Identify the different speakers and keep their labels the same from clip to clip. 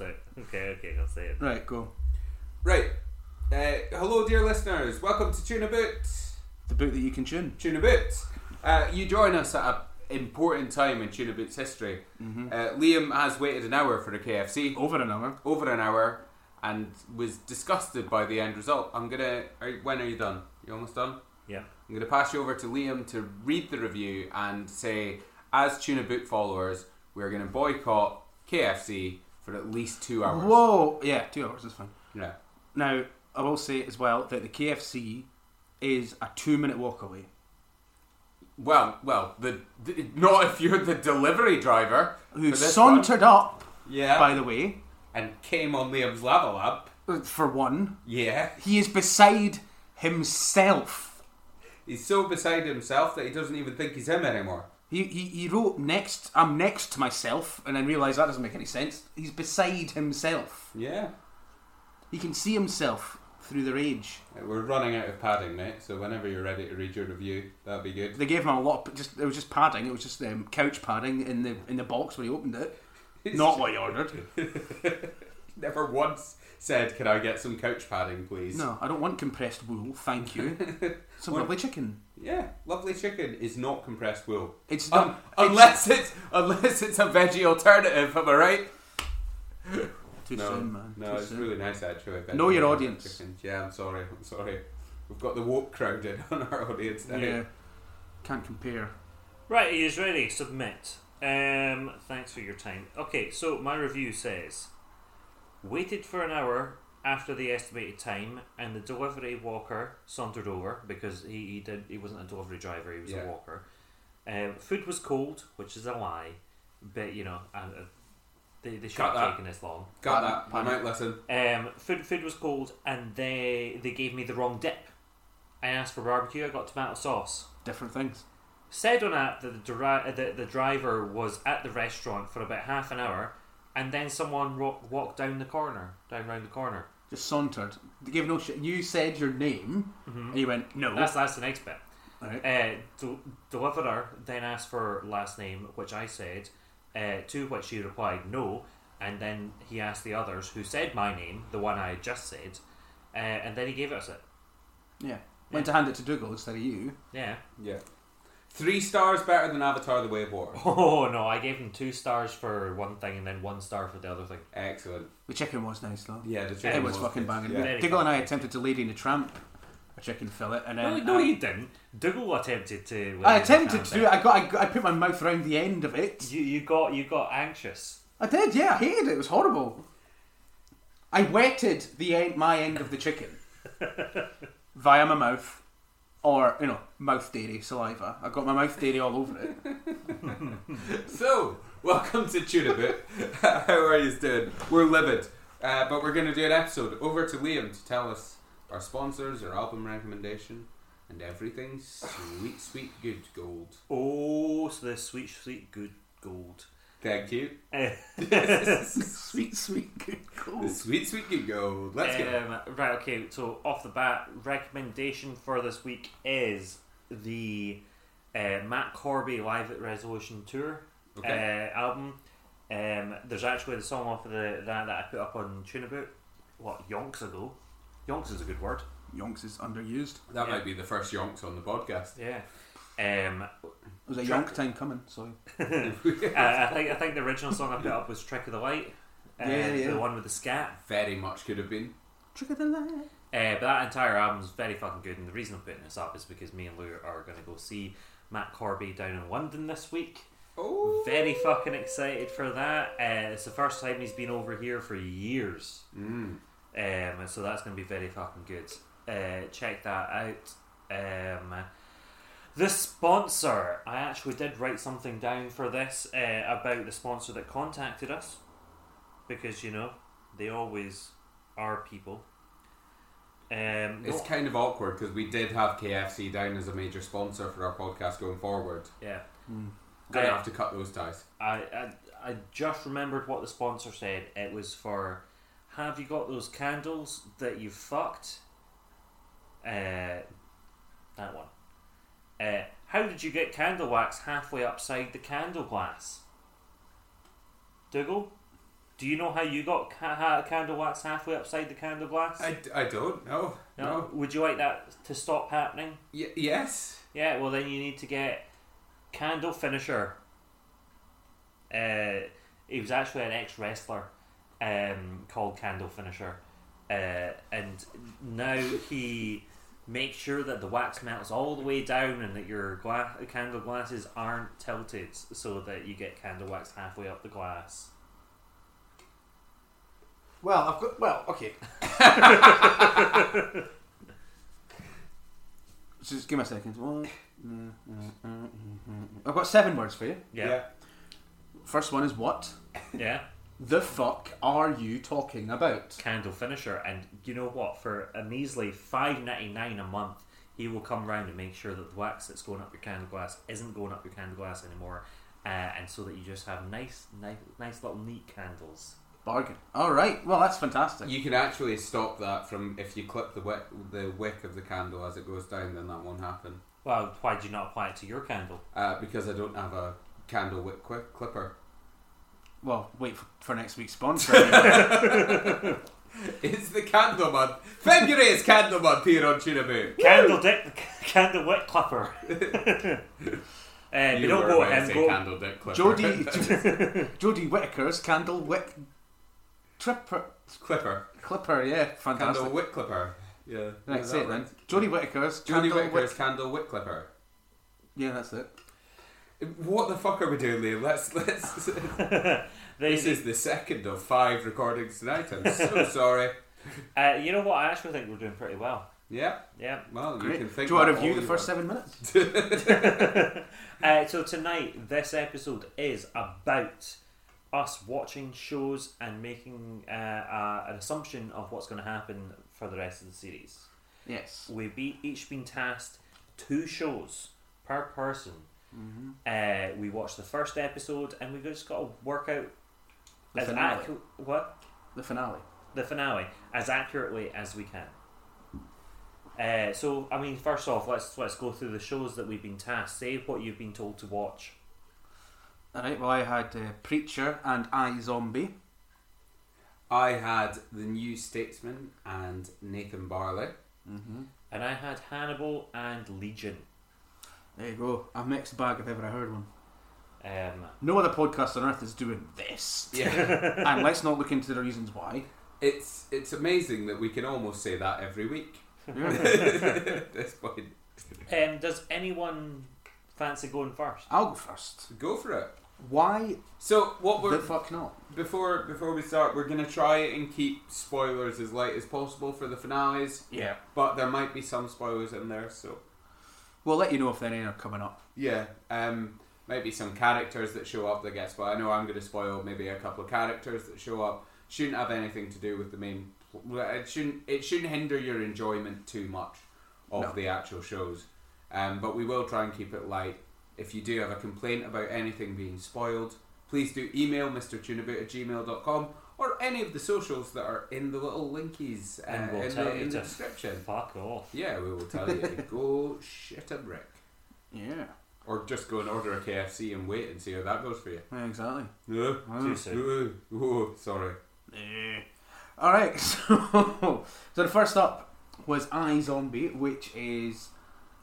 Speaker 1: it. Okay, okay, I'll say it.
Speaker 2: Right, go.
Speaker 3: Right. Uh, hello, dear listeners. Welcome to Tune a Boot.
Speaker 2: The book that you can tune.
Speaker 3: Tune a Boot. Uh, you join us at an important time in Tune a Boot's history. Uh, Liam has waited an hour for the KFC,
Speaker 2: Over an hour.
Speaker 3: over an hour, and was disgusted by the end result. I'm gonna. Are, when are you done? You almost done?
Speaker 1: Yeah.
Speaker 3: I'm going to pass you over to Liam to read the review and say, as Tuna Boot followers, we're going to boycott KFC for at least two hours.
Speaker 2: Whoa! Yeah, two hours is fine.
Speaker 3: Yeah.
Speaker 2: Now, I will say as well that the KFC is a two minute walk away.
Speaker 3: Well, well, the, the not if you're the delivery driver
Speaker 2: Who
Speaker 3: for this
Speaker 2: sauntered up,
Speaker 3: one. yeah,
Speaker 2: by the way,
Speaker 3: and came on Liam's lava lab.
Speaker 2: for one.
Speaker 3: Yeah,
Speaker 2: He is beside himself.
Speaker 3: he's so beside himself that he doesn't even think he's him anymore.
Speaker 2: He, he, he wrote next, I'm next to myself, and then realised that doesn't make any sense. He's beside himself.
Speaker 3: Yeah,
Speaker 2: He can see himself through the rage.
Speaker 3: Uh, we're running out of padding, mate. So whenever you're ready to read your review, that'd be good.
Speaker 2: They gave him a lot. Of, just it was just padding. It was just um, couch padding in the in the box when he opened it. Not what he ordered.
Speaker 3: Never once said, "Can I get some couch padding, please?"
Speaker 2: No, I don't want compressed wool. Thank you. Some lovely chicken.
Speaker 3: Yeah, lovely chicken is not compressed wool.
Speaker 2: It's not
Speaker 3: Um,
Speaker 2: it's
Speaker 3: unless it's unless it's a veggie alternative, am I right?
Speaker 2: too soon, man.
Speaker 3: no,
Speaker 2: too
Speaker 3: it's
Speaker 2: soon.
Speaker 3: really nice actually.
Speaker 2: Know your
Speaker 3: vegetarian
Speaker 2: audience.
Speaker 3: chicken. Yeah, I'm sorry, I'm sorry. We've got the woke crowd in on our audience now.
Speaker 2: yeah. Can't compare.
Speaker 1: Right, he is ready. Submit. Um, thanks for your time. Okay, so my review says waited for an hour after the estimated time, and the delivery walker sauntered over because he, he did he wasn't a delivery driver, he was
Speaker 3: Yeah.
Speaker 1: a walker. Um, food was cold, which is a lie, but you know, uh, uh, they, they should
Speaker 3: Got that.
Speaker 1: have taken this long.
Speaker 3: Got
Speaker 2: Pardon,
Speaker 3: that? I
Speaker 2: pardon.
Speaker 3: might listen.
Speaker 1: Um, food food was cold, and they they gave me the wrong dip. I asked for barbecue. I got tomato sauce.
Speaker 2: Different things.
Speaker 1: Said on app that the, dri- uh, the the driver was at the restaurant for about half an hour, and then someone ro- walked down the corner, down round the corner.
Speaker 2: Just sauntered. They gave no shit. You said your name,
Speaker 3: Mm-hmm.
Speaker 2: and he went no.
Speaker 1: That's that's the next bit.
Speaker 2: Right.
Speaker 1: Uh, del- deliverer then asked for last name, which I said, uh, to which she replied no, and then he asked the others who said my name, the one I had just said, uh, and then he gave us it.
Speaker 2: yeah. Went to hand it to Dougal instead of you.
Speaker 1: Yeah.
Speaker 3: Yeah. Three stars better than Avatar: The Way of Water.
Speaker 1: Oh no, I gave him two stars for one thing and then one star for the other thing.
Speaker 3: Excellent.
Speaker 2: The chicken was nice though.
Speaker 3: Yeah, the chicken
Speaker 2: It was fucking
Speaker 3: good.
Speaker 2: banging.
Speaker 3: Yeah.
Speaker 1: Very
Speaker 2: Dougal and I attempted to Lady in the Tramp a chicken fillet, and
Speaker 1: No,
Speaker 2: then
Speaker 1: no,
Speaker 2: I-
Speaker 1: he didn't. Dougal attempted to.
Speaker 2: I attempted to do it. I got. I, got- I put my mouth around the end of it.
Speaker 1: You, you got you got anxious.
Speaker 2: I did. Yeah, I hated it. It was horrible. I wetted the end, my end of the chicken via my mouth, or you know, mouth dairy saliva. I got my mouth dairy all over it.
Speaker 3: So, welcome to Tuna Boot. How are you doing? We're livid, uh, but we're going to do an episode. Over to Liam to tell us our sponsors, our album recommendation, and everything sweet, sweet, good gold.
Speaker 1: Oh, so the sweet, sweet, good gold.
Speaker 3: Thank you.
Speaker 1: Eh,
Speaker 2: sweet, sweet, good
Speaker 3: The
Speaker 2: cold.
Speaker 3: sweet, sweet, good gold. Let's go.
Speaker 1: um, right, okay. So off the bat, recommendation for this week is the uh, Matt Corby Live at Resolution tour
Speaker 3: Okay.
Speaker 1: uh, album. Um, there's actually the song off of the, that that I put up on Tunaboot, what yonks ago. Yonks is a good word.
Speaker 2: Yonks is underused.
Speaker 3: That
Speaker 1: yeah.
Speaker 3: might be the first yonks on the podcast.
Speaker 1: Yeah. Um,
Speaker 2: It was a yonk time coming. Sorry.
Speaker 1: I, I think I think the original song I put up was "Trick of the Light," uh,
Speaker 2: Yeah, yeah.
Speaker 1: the one with the scat.
Speaker 3: Very much could have been.
Speaker 2: Trick of the light.
Speaker 1: Uh, but that entire album's very fucking good, and the reason I'm putting this up is because me and Lou are going to go see Matt Corby down in London this week.
Speaker 3: Oh,
Speaker 1: Very fucking excited for that. Uh, it's the first time he's been over here for years,
Speaker 3: mm.
Speaker 1: um, so that's going to be very fucking good. Uh, check that out. Um, the sponsor. I actually did write something down for this uh, about the sponsor that contacted us because you know they always are people. Um,
Speaker 3: it's
Speaker 1: no-
Speaker 3: kind of awkward because we did have KFC down as a major sponsor for our podcast going forward.
Speaker 1: yeah.
Speaker 3: Gonna
Speaker 1: Uh,
Speaker 3: have to cut those ties.
Speaker 1: I, I I just remembered what the sponsor said. It was for have you got those candles that you fucked? Uh, that one. Uh, how did you get candle wax halfway upside the candle glass? Dougal? Do you know how you got ca- ha- candle wax halfway upside the candle glass?
Speaker 3: I, I don't know. No.
Speaker 1: Would you like that to stop happening?
Speaker 3: Y- yes.
Speaker 1: Yeah, well, then you need to get Candle Finisher. Uh, he was actually an ex wrestler um, called Candle Finisher. Uh, and now he makes sure that the wax melts all the way down and that your gla- candle glasses aren't tilted so that you get candle wax halfway up the glass.
Speaker 2: Well, I've got. Well, okay. Just give me a second. One, mm, mm, mm, mm. I've got seven words for you.
Speaker 1: Yeah.
Speaker 2: First one is what
Speaker 1: Yeah.
Speaker 2: the fuck are you talking about?
Speaker 1: Candle Finisher. And you know what? For a measly five ninety nine a month, he will come round and make sure that the wax that's going up your candle glass isn't going up your candle glass anymore. Uh, and so that you just have nice, nice, nice little neat candles.
Speaker 2: Bargain. All right. Well, that's fantastic.
Speaker 3: You can actually stop that from if you clip the wick, the wick of the candle as it goes down, then that won't happen.
Speaker 1: Well, why do you not apply it to your candle?
Speaker 3: Uh, because I don't have a candle wick qui- clipper.
Speaker 2: Well, wait for, for next week's sponsor.
Speaker 3: It's the candle month. February is candle month here on Tuna Boot.
Speaker 1: Candle dick, candle wet clipper. uh, we
Speaker 3: You
Speaker 1: don't
Speaker 3: were
Speaker 1: go
Speaker 3: about to
Speaker 1: him.
Speaker 3: say
Speaker 1: Go,
Speaker 3: candle dick clipper.
Speaker 2: Jodie Jodie Whittaker's candle wick tripper
Speaker 3: clipper.
Speaker 2: clipper. Yeah, fantastic.
Speaker 3: Candle wick clipper. Yeah.
Speaker 2: Right,
Speaker 3: Is
Speaker 2: say
Speaker 3: that
Speaker 2: it then.
Speaker 3: right?
Speaker 2: Jodie Whittaker's
Speaker 3: Jodie
Speaker 2: candle
Speaker 3: Whittaker's
Speaker 2: wick.
Speaker 3: candle wick clipper.
Speaker 2: Yeah, that's it.
Speaker 3: What the fuck are we doing, Liam? Let's let's.
Speaker 1: they,
Speaker 3: this is the second of five recordings tonight. I'm so sorry.
Speaker 1: uh, you know what? I actually think we're doing pretty well.
Speaker 3: Yeah.
Speaker 1: Yeah.
Speaker 3: Well, you
Speaker 2: Great.
Speaker 3: can think.
Speaker 2: Do you want to
Speaker 3: about
Speaker 2: review
Speaker 3: all
Speaker 2: the
Speaker 3: you
Speaker 2: first
Speaker 3: want.
Speaker 2: seven minutes?
Speaker 1: Uh, so tonight, this episode is about us watching shows and making uh, uh, an assumption of what's going to happen for the rest of the series.
Speaker 2: yes.
Speaker 1: We've be- each been tasked two shows per person.
Speaker 2: Mm-hmm.
Speaker 1: Uh, we watch the first episode and we've just got to work out
Speaker 2: The
Speaker 1: as
Speaker 2: finale.
Speaker 1: accu- what
Speaker 2: The finale.
Speaker 1: the finale as accurately as we can. Uh, so, I mean, first off, let's let's go through the shows that we've been tasked. Say what you've been told to watch.
Speaker 2: All right. Well, I had uh, Preacher and I Zombie.
Speaker 3: I had the New Statesman and Nathan Barley. Mm-hmm.
Speaker 1: And I had Hannibal and Legion.
Speaker 2: There you go. A mixed bag if ever I heard one.
Speaker 1: Um,
Speaker 2: No other podcast on earth is doing this.
Speaker 3: Yeah,
Speaker 2: and let's not look into the reasons why.
Speaker 3: it's it's amazing that we can almost say that every week. At this point,
Speaker 1: um, does anyone fancy going first?
Speaker 2: I'll go first.
Speaker 3: go for it.
Speaker 2: Why
Speaker 3: So what
Speaker 2: the
Speaker 3: we're
Speaker 2: fuck not?
Speaker 3: before before we start, we're gonna try and keep spoilers as light as possible for the finales,
Speaker 2: Yeah.
Speaker 3: but there might be some spoilers in there. So
Speaker 2: We'll let you know if any are coming up.
Speaker 3: Yeah, um, might be some characters that show up that gets, but I know I'm going to spoil maybe a couple of characters that show up. Shouldn't have anything to do with the main. well, It shouldn't. It shouldn't hinder your enjoyment too much of
Speaker 2: No.
Speaker 3: the actual shows. Um, but we will try and keep it light. If you do have a complaint about anything being spoiled, please do email mrtunabout at gmail.com or any of the socials that are in the little linkies uh,
Speaker 1: And we'll
Speaker 3: in,
Speaker 1: tell
Speaker 3: the,
Speaker 1: you
Speaker 3: in the
Speaker 1: to-
Speaker 3: description.
Speaker 1: Fuck off.
Speaker 3: Yeah, we will tell you to go shit a brick.
Speaker 2: Yeah.
Speaker 3: Or just go and order a KFC and wait and see how that goes for you.
Speaker 2: Yeah, exactly.
Speaker 3: No.
Speaker 1: Too soon.
Speaker 3: No. Oh, sorry.
Speaker 2: Eh. All right. So, so the first up was I Zombie, which is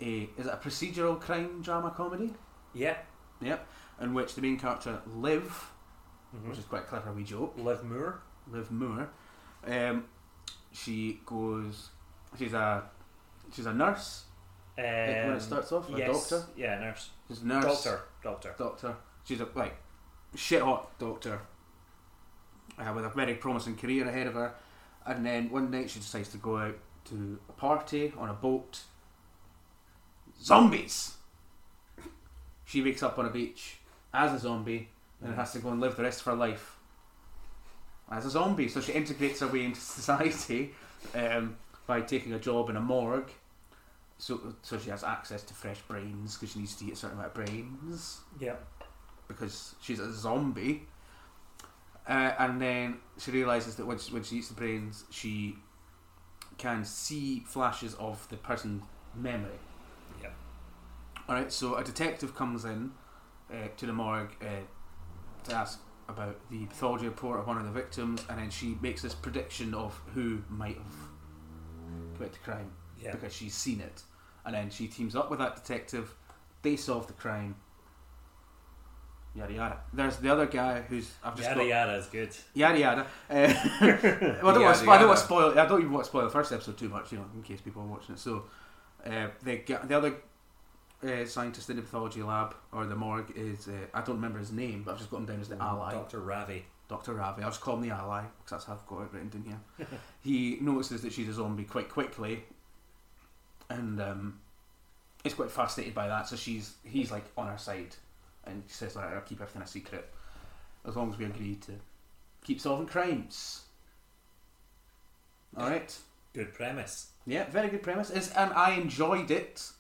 Speaker 2: a is it a procedural crime drama comedy?
Speaker 1: Yeah.
Speaker 2: Yep. In which the main character Liv,
Speaker 1: Mhm.
Speaker 2: which is quite a clever wee joke,
Speaker 1: Liv Moore.
Speaker 2: Liv Moore, um, she goes. She's a she's a nurse.
Speaker 1: Um,
Speaker 2: like, when it starts off, a
Speaker 1: yes.
Speaker 2: doctor.
Speaker 1: Yeah, nurse.
Speaker 2: She's a nurse.
Speaker 1: Doctor. Doctor.
Speaker 2: Doctor. She's a like shit hot doctor uh, with a very promising career ahead of her. And then one night she decides to go out to a party on a boat. Zombies. She wakes up on a beach as a zombie and
Speaker 1: Mm.
Speaker 2: has to go and live the rest of her life as a zombie. So she integrates her way into society um, by taking a job in a morgue. So, so she has access to fresh brains because she needs to eat a certain amount of brains
Speaker 1: Yeah.
Speaker 2: because she's a zombie. Uh, and then she realizes that when she, when she eats the brains, she can see flashes of the person's memory.
Speaker 1: Yep.
Speaker 2: All right. So a detective comes in uh, to the morgue uh, to ask about the pathology report of one of the victims, and then she makes this prediction of who might have committed the crime
Speaker 1: Yeah.
Speaker 2: because she's seen it. And then she teams up with that detective. They solve the crime. Yada yada. There's the other guy who's I've just
Speaker 1: Yada
Speaker 2: got
Speaker 1: yada is good.
Speaker 2: yada yada. Uh, well, I don't,
Speaker 3: Yada,
Speaker 2: want to spo- I don't
Speaker 3: yada.
Speaker 2: want to spoil. I don't even want to spoil the first episode too much, you know, in case people are watching it. So, uh, the gu- the other uh, scientist in the pathology lab or the morgue is uh, I don't remember his name, but I've just got him down as the
Speaker 1: Oh,
Speaker 2: ally,
Speaker 1: Dr. Ravi.
Speaker 2: Doctor Ravi. I'll just call him the ally because that's how I've got it written down here. he notices that she's a zombie quite quickly, and um, is quite fascinated by that. So she's he's like on her side, and she says, "Like I'll keep everything a secret, as long as we agree to keep solving crimes." All right.
Speaker 1: Good premise.
Speaker 2: Yeah, very good premise. It's, and I enjoyed it.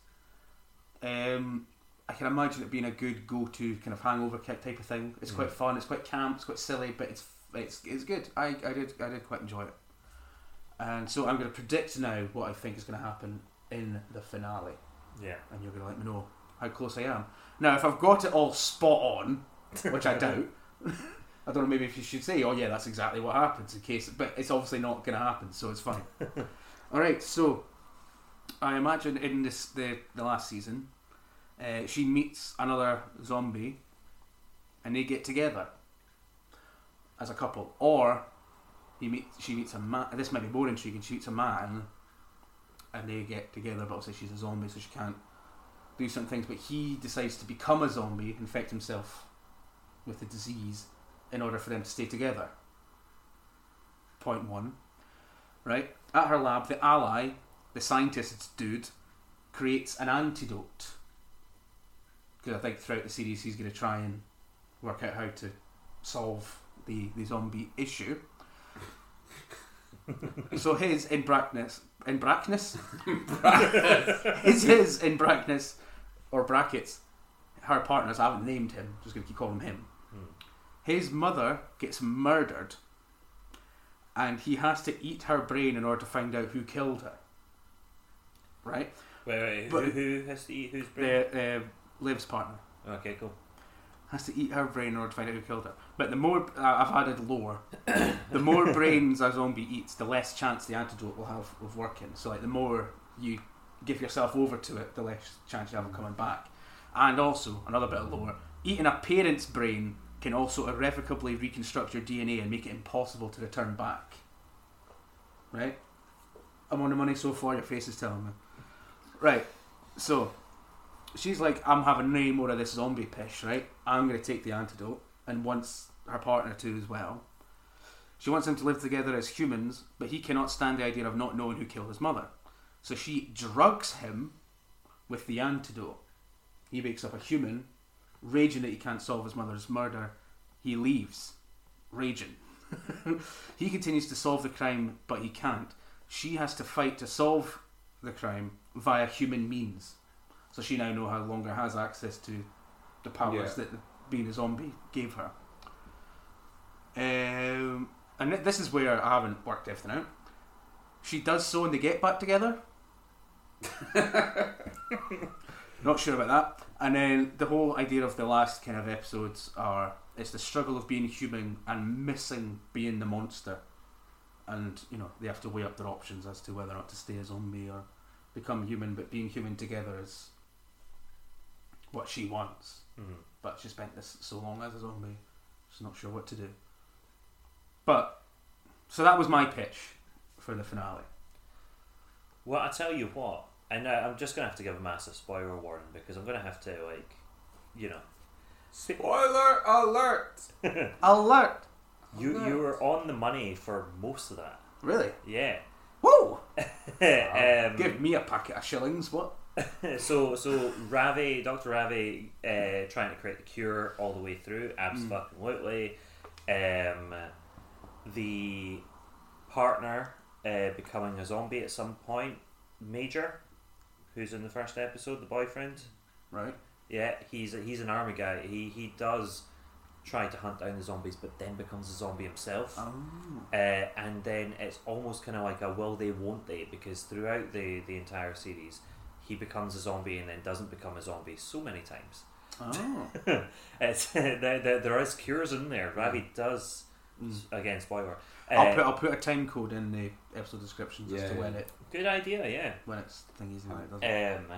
Speaker 2: Um, I can imagine it being a good go-to kind of hangover ki- type of thing. It's quite fun. It's quite camp. It's quite silly, but it's it's it's good. I, I did I did quite enjoy it. And so I'm going to predict now what I think is going to happen in the finale,
Speaker 1: Yeah.
Speaker 2: and you're going to let me know how close I am. Now, if I've got it all spot on, which I doubt. I don't know. Maybe if you should say, "Oh yeah, that's exactly what happens," in case, but it's obviously not going to happen, so it's fine. All right. So, I imagine in this the, the last season, uh, she meets another zombie, and they get together as a couple, or he meet she meets a man. This might be more intriguing. She meets a man, and they get together. But obviously, she's a zombie, so she can't do certain things. But he decides to become a zombie, infect himself with the disease in order for them to stay together. Point one. Right? At her lab, the ally, the scientist dude, creates an antidote. Because I think throughout the series he's going to try and work out how to solve the, the zombie issue. so his in brackness. In brackness? is his in brackness or brackets. Her partners, I haven't named him, just going to keep calling him him his mother gets murdered and he has to eat her brain in order to find out who killed her. Right?
Speaker 1: Wait, wait,
Speaker 2: But-
Speaker 1: who, who has to eat whose brain?
Speaker 2: The uh, Liv's partner
Speaker 1: Okay, cool.
Speaker 2: has to eat her brain in order to find out who killed her. But the more I- I've added lore, the more brains a zombie eats, the less chance the antidote will have of working. So, like, the more you give yourself over to it, the less chance you have of coming back. And also, another bit of lore: eating a parent's brain can also irrevocably reconstruct your DNA and make it impossible to return back. Right? I'm on the money so far. Your face is telling me. Right. So, she's like, I'm having no more of this zombie pish, right? I'm going to take the antidote and wants her partner to as well. She wants them to live together as humans, but he cannot stand the idea of not knowing who killed his mother. So she drugs him with the antidote. He wakes up a human, raging that he can't solve his mother's murder. He leaves, raging. he continues to solve the crime, but he can't. She has to fight to solve the crime via human means. So she now no longer has access to the powers
Speaker 3: Yeah.
Speaker 2: that being a zombie gave her. Um, and th- this is where I haven't worked everything out. She does so, and they get back together. Not sure about that. And then the whole idea of the last kind of episodes are it's the struggle of being human and missing being the monster. And, you know, they have to weigh up their options as to whether or not to stay a zombie or become human, but being human together is what she wants.
Speaker 1: Mhm.
Speaker 2: But she spent this so long as a zombie, she's not sure what to do. But, so that was my pitch for the finale.
Speaker 1: Well, I tell you what, and I, I'm just gonna have to give a massive spoiler warning because I'm gonna have to like, you know,
Speaker 3: Spoiler alert!
Speaker 2: Alert!
Speaker 1: you
Speaker 3: Alert.
Speaker 1: you were on the money for most of that.
Speaker 2: Really?
Speaker 1: Yeah.
Speaker 2: Whoa!
Speaker 1: um,
Speaker 2: Give me a packet of shillings, what?
Speaker 1: so so Ravi, Doctor Ravi, uh, trying to create the cure all the way through, absolutely. Um, the partner uh, becoming a zombie at some point. Major, who's in the first episode, the boyfriend.
Speaker 2: Right?
Speaker 1: Yeah, he's he's an army guy. He he does try to hunt down the zombies, but then becomes a zombie himself.
Speaker 2: Oh.
Speaker 1: Uh, and then it's almost kind of like a will they, won't they? Because throughout the, the entire series, he becomes a zombie and then doesn't become a zombie so many times.
Speaker 2: Oh.
Speaker 1: It's, there, there, there is cures in there. Ravi does, again, spoiler.
Speaker 2: Mm. I'll,
Speaker 1: Uh,
Speaker 2: put, I'll put a time code in the episode descriptions as
Speaker 3: Yeah,
Speaker 2: to when
Speaker 3: yeah. Uh,
Speaker 2: it
Speaker 1: good idea, yeah.
Speaker 2: when it's thingies and when it doesn't.
Speaker 1: Um,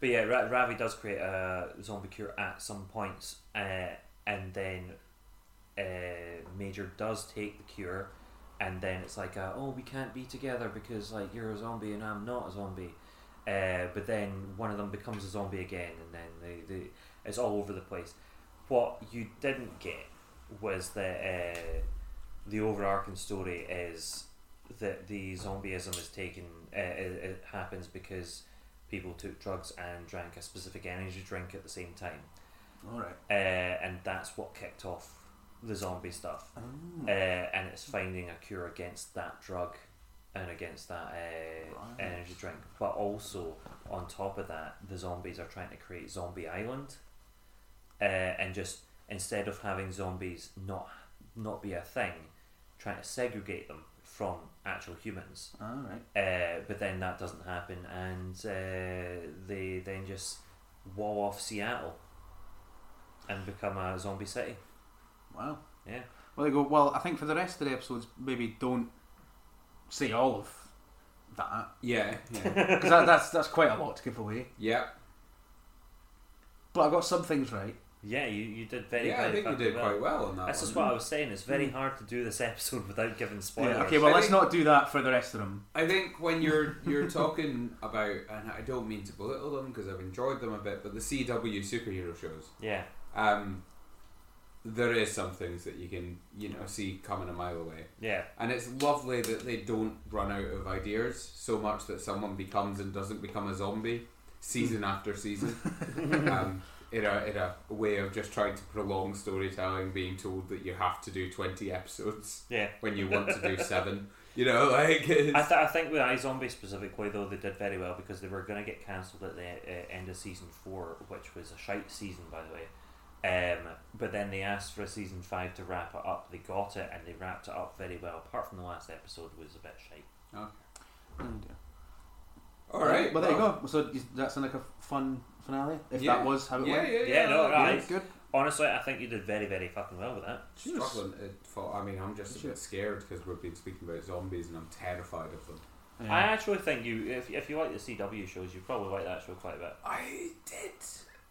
Speaker 1: but yeah, Ra- Ravi does create a zombie cure at some points, uh, and then uh, Major does take the cure, and then it's like, uh, oh, we can't be together because like you're a zombie and I'm not a zombie. Uh, but then one of them becomes a zombie again, and then they, they it's all over the place. What you didn't get was that uh, the overarching story is that the zombieism is taken uh, it, it happens because people took drugs and drank a specific energy drink at the same time,
Speaker 2: All right.
Speaker 1: uh, and that's what kicked off the zombie stuff.
Speaker 2: Oh,
Speaker 1: Uh, and it's finding a cure against that drug and against that uh,
Speaker 2: Right.
Speaker 1: energy drink, but also on top of that, the zombies are trying to create Zombie Island, uh, and just instead of having zombies not not be a thing, trying to segregate them from actual humans.
Speaker 2: All right.
Speaker 1: Uh, but then that doesn't happen, and uh, they then just wall off Seattle and become a zombie city.
Speaker 2: Wow.
Speaker 1: Yeah.
Speaker 2: Well, they go. Well, I think for the rest of the episodes, maybe don't say all of that
Speaker 3: Yeah, yeah.
Speaker 2: because that, that's that's quite a lot to give away.
Speaker 3: yeah.
Speaker 2: But I got some things right.
Speaker 1: Yeah, you, you did very,
Speaker 3: yeah,
Speaker 1: very
Speaker 3: I think you
Speaker 1: fucking
Speaker 3: did
Speaker 1: well.
Speaker 3: quite well on that
Speaker 1: That's just
Speaker 3: one.
Speaker 1: what I was saying. It's very hard to do this episode without giving spoilers.
Speaker 2: Yeah, okay, well, let's not do that for the rest of them.
Speaker 3: I think when you're you're talking about, and I don't mean to belittle them because I've enjoyed them a bit, but the CW superhero shows,
Speaker 1: Yeah,
Speaker 3: um, there is some things that you can you know see coming a mile away,
Speaker 1: yeah,
Speaker 3: and it's lovely that they don't run out of ideas so much that someone becomes and doesn't become a
Speaker 2: Hmm.
Speaker 3: zombie season after season. um, in a, in a way of just trying to prolong storytelling, being told that you have to do 20 episodes
Speaker 1: yeah.
Speaker 3: when you want to do seven. You know, like. It's,
Speaker 1: I, th- I think with iZombie specifically, though, they did very well because they were going to get cancelled at the uh, end of season four, which was a shite season, by the way. Um, but then they asked for a season five to wrap it up. They got it, and they wrapped it up very well. Apart from the last episode, was a bit shite.
Speaker 3: All right.
Speaker 2: Well, there you go. So is- that's like a fun finale, if
Speaker 3: Yeah.
Speaker 2: that was how it
Speaker 3: Yeah,
Speaker 2: went.
Speaker 3: yeah, yeah.
Speaker 1: Yeah, no,
Speaker 3: that'd be
Speaker 1: right.
Speaker 3: good.
Speaker 2: Good.
Speaker 1: Honestly, I think you did very, very fucking well with that.
Speaker 2: Jeez.
Speaker 3: Struggling. It, for, I mean, I'm just a bit scared because we've been speaking about zombies and I'm terrified of them.
Speaker 2: Yeah.
Speaker 1: I actually think you, if, if you like the CW shows, you probably like that show quite a bit.
Speaker 3: I did.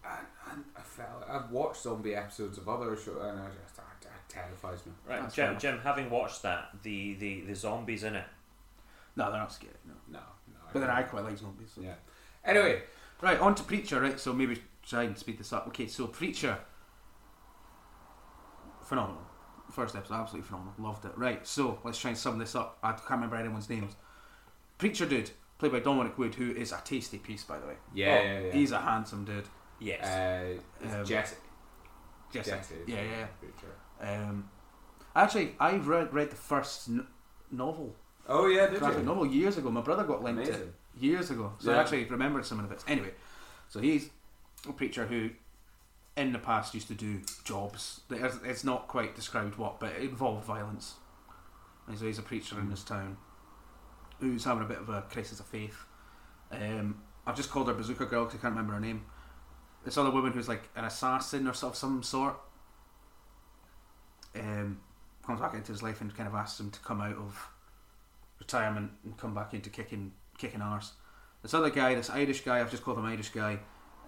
Speaker 3: And, and I felt I've watched zombie episodes of other shows and I just ah, that terrifies me.
Speaker 1: Right,
Speaker 2: That's fair
Speaker 1: Jim,
Speaker 2: enough.
Speaker 1: Jim, having watched that, the, the, the zombies in it.
Speaker 2: No, they're not scary. No.
Speaker 3: No, no.
Speaker 2: But then I
Speaker 3: can't.
Speaker 2: quite like zombies. So.
Speaker 3: Yeah. Anyway,
Speaker 2: Right, on to Preacher, right? So maybe try and speed this up. Okay, so Preacher. Phenomenal. First episode, absolutely phenomenal. Loved it. Right, so let's try and sum this up. I can't remember anyone's names. Preacher Dude, played by Dominic Wood, who is a tasty piece, by the way.
Speaker 3: Yeah,
Speaker 2: Oh,
Speaker 3: yeah, yeah.
Speaker 2: He's a handsome dude.
Speaker 1: Yes.
Speaker 3: uh, it's
Speaker 2: Um,
Speaker 3: Jesse.
Speaker 2: Jesse.
Speaker 3: Jesse is
Speaker 2: Yeah,
Speaker 3: the
Speaker 2: yeah.
Speaker 3: creature.
Speaker 2: Um, actually, I read read the first n- novel,
Speaker 3: Oh yeah, did
Speaker 2: graphic
Speaker 3: you?
Speaker 2: novel years ago. My brother got linked to it
Speaker 3: Amazing.
Speaker 2: years ago, so I
Speaker 3: Yeah.
Speaker 2: actually remembered some of the bits. Anyway, so he's a preacher who, in the past, used to do jobs. that is- It's not quite described what, but it involved violence. And so he's a preacher in this town who's having a bit of a crisis of faith. Um, I've just called her Bazooka Girl because I can't remember her name. This other woman who's like an assassin or so- of some sort um, comes back into his life and kind of asks him to come out of retirement and come back into kicking kicking arse. This other guy, this Irish guy, I've just called him Irish guy,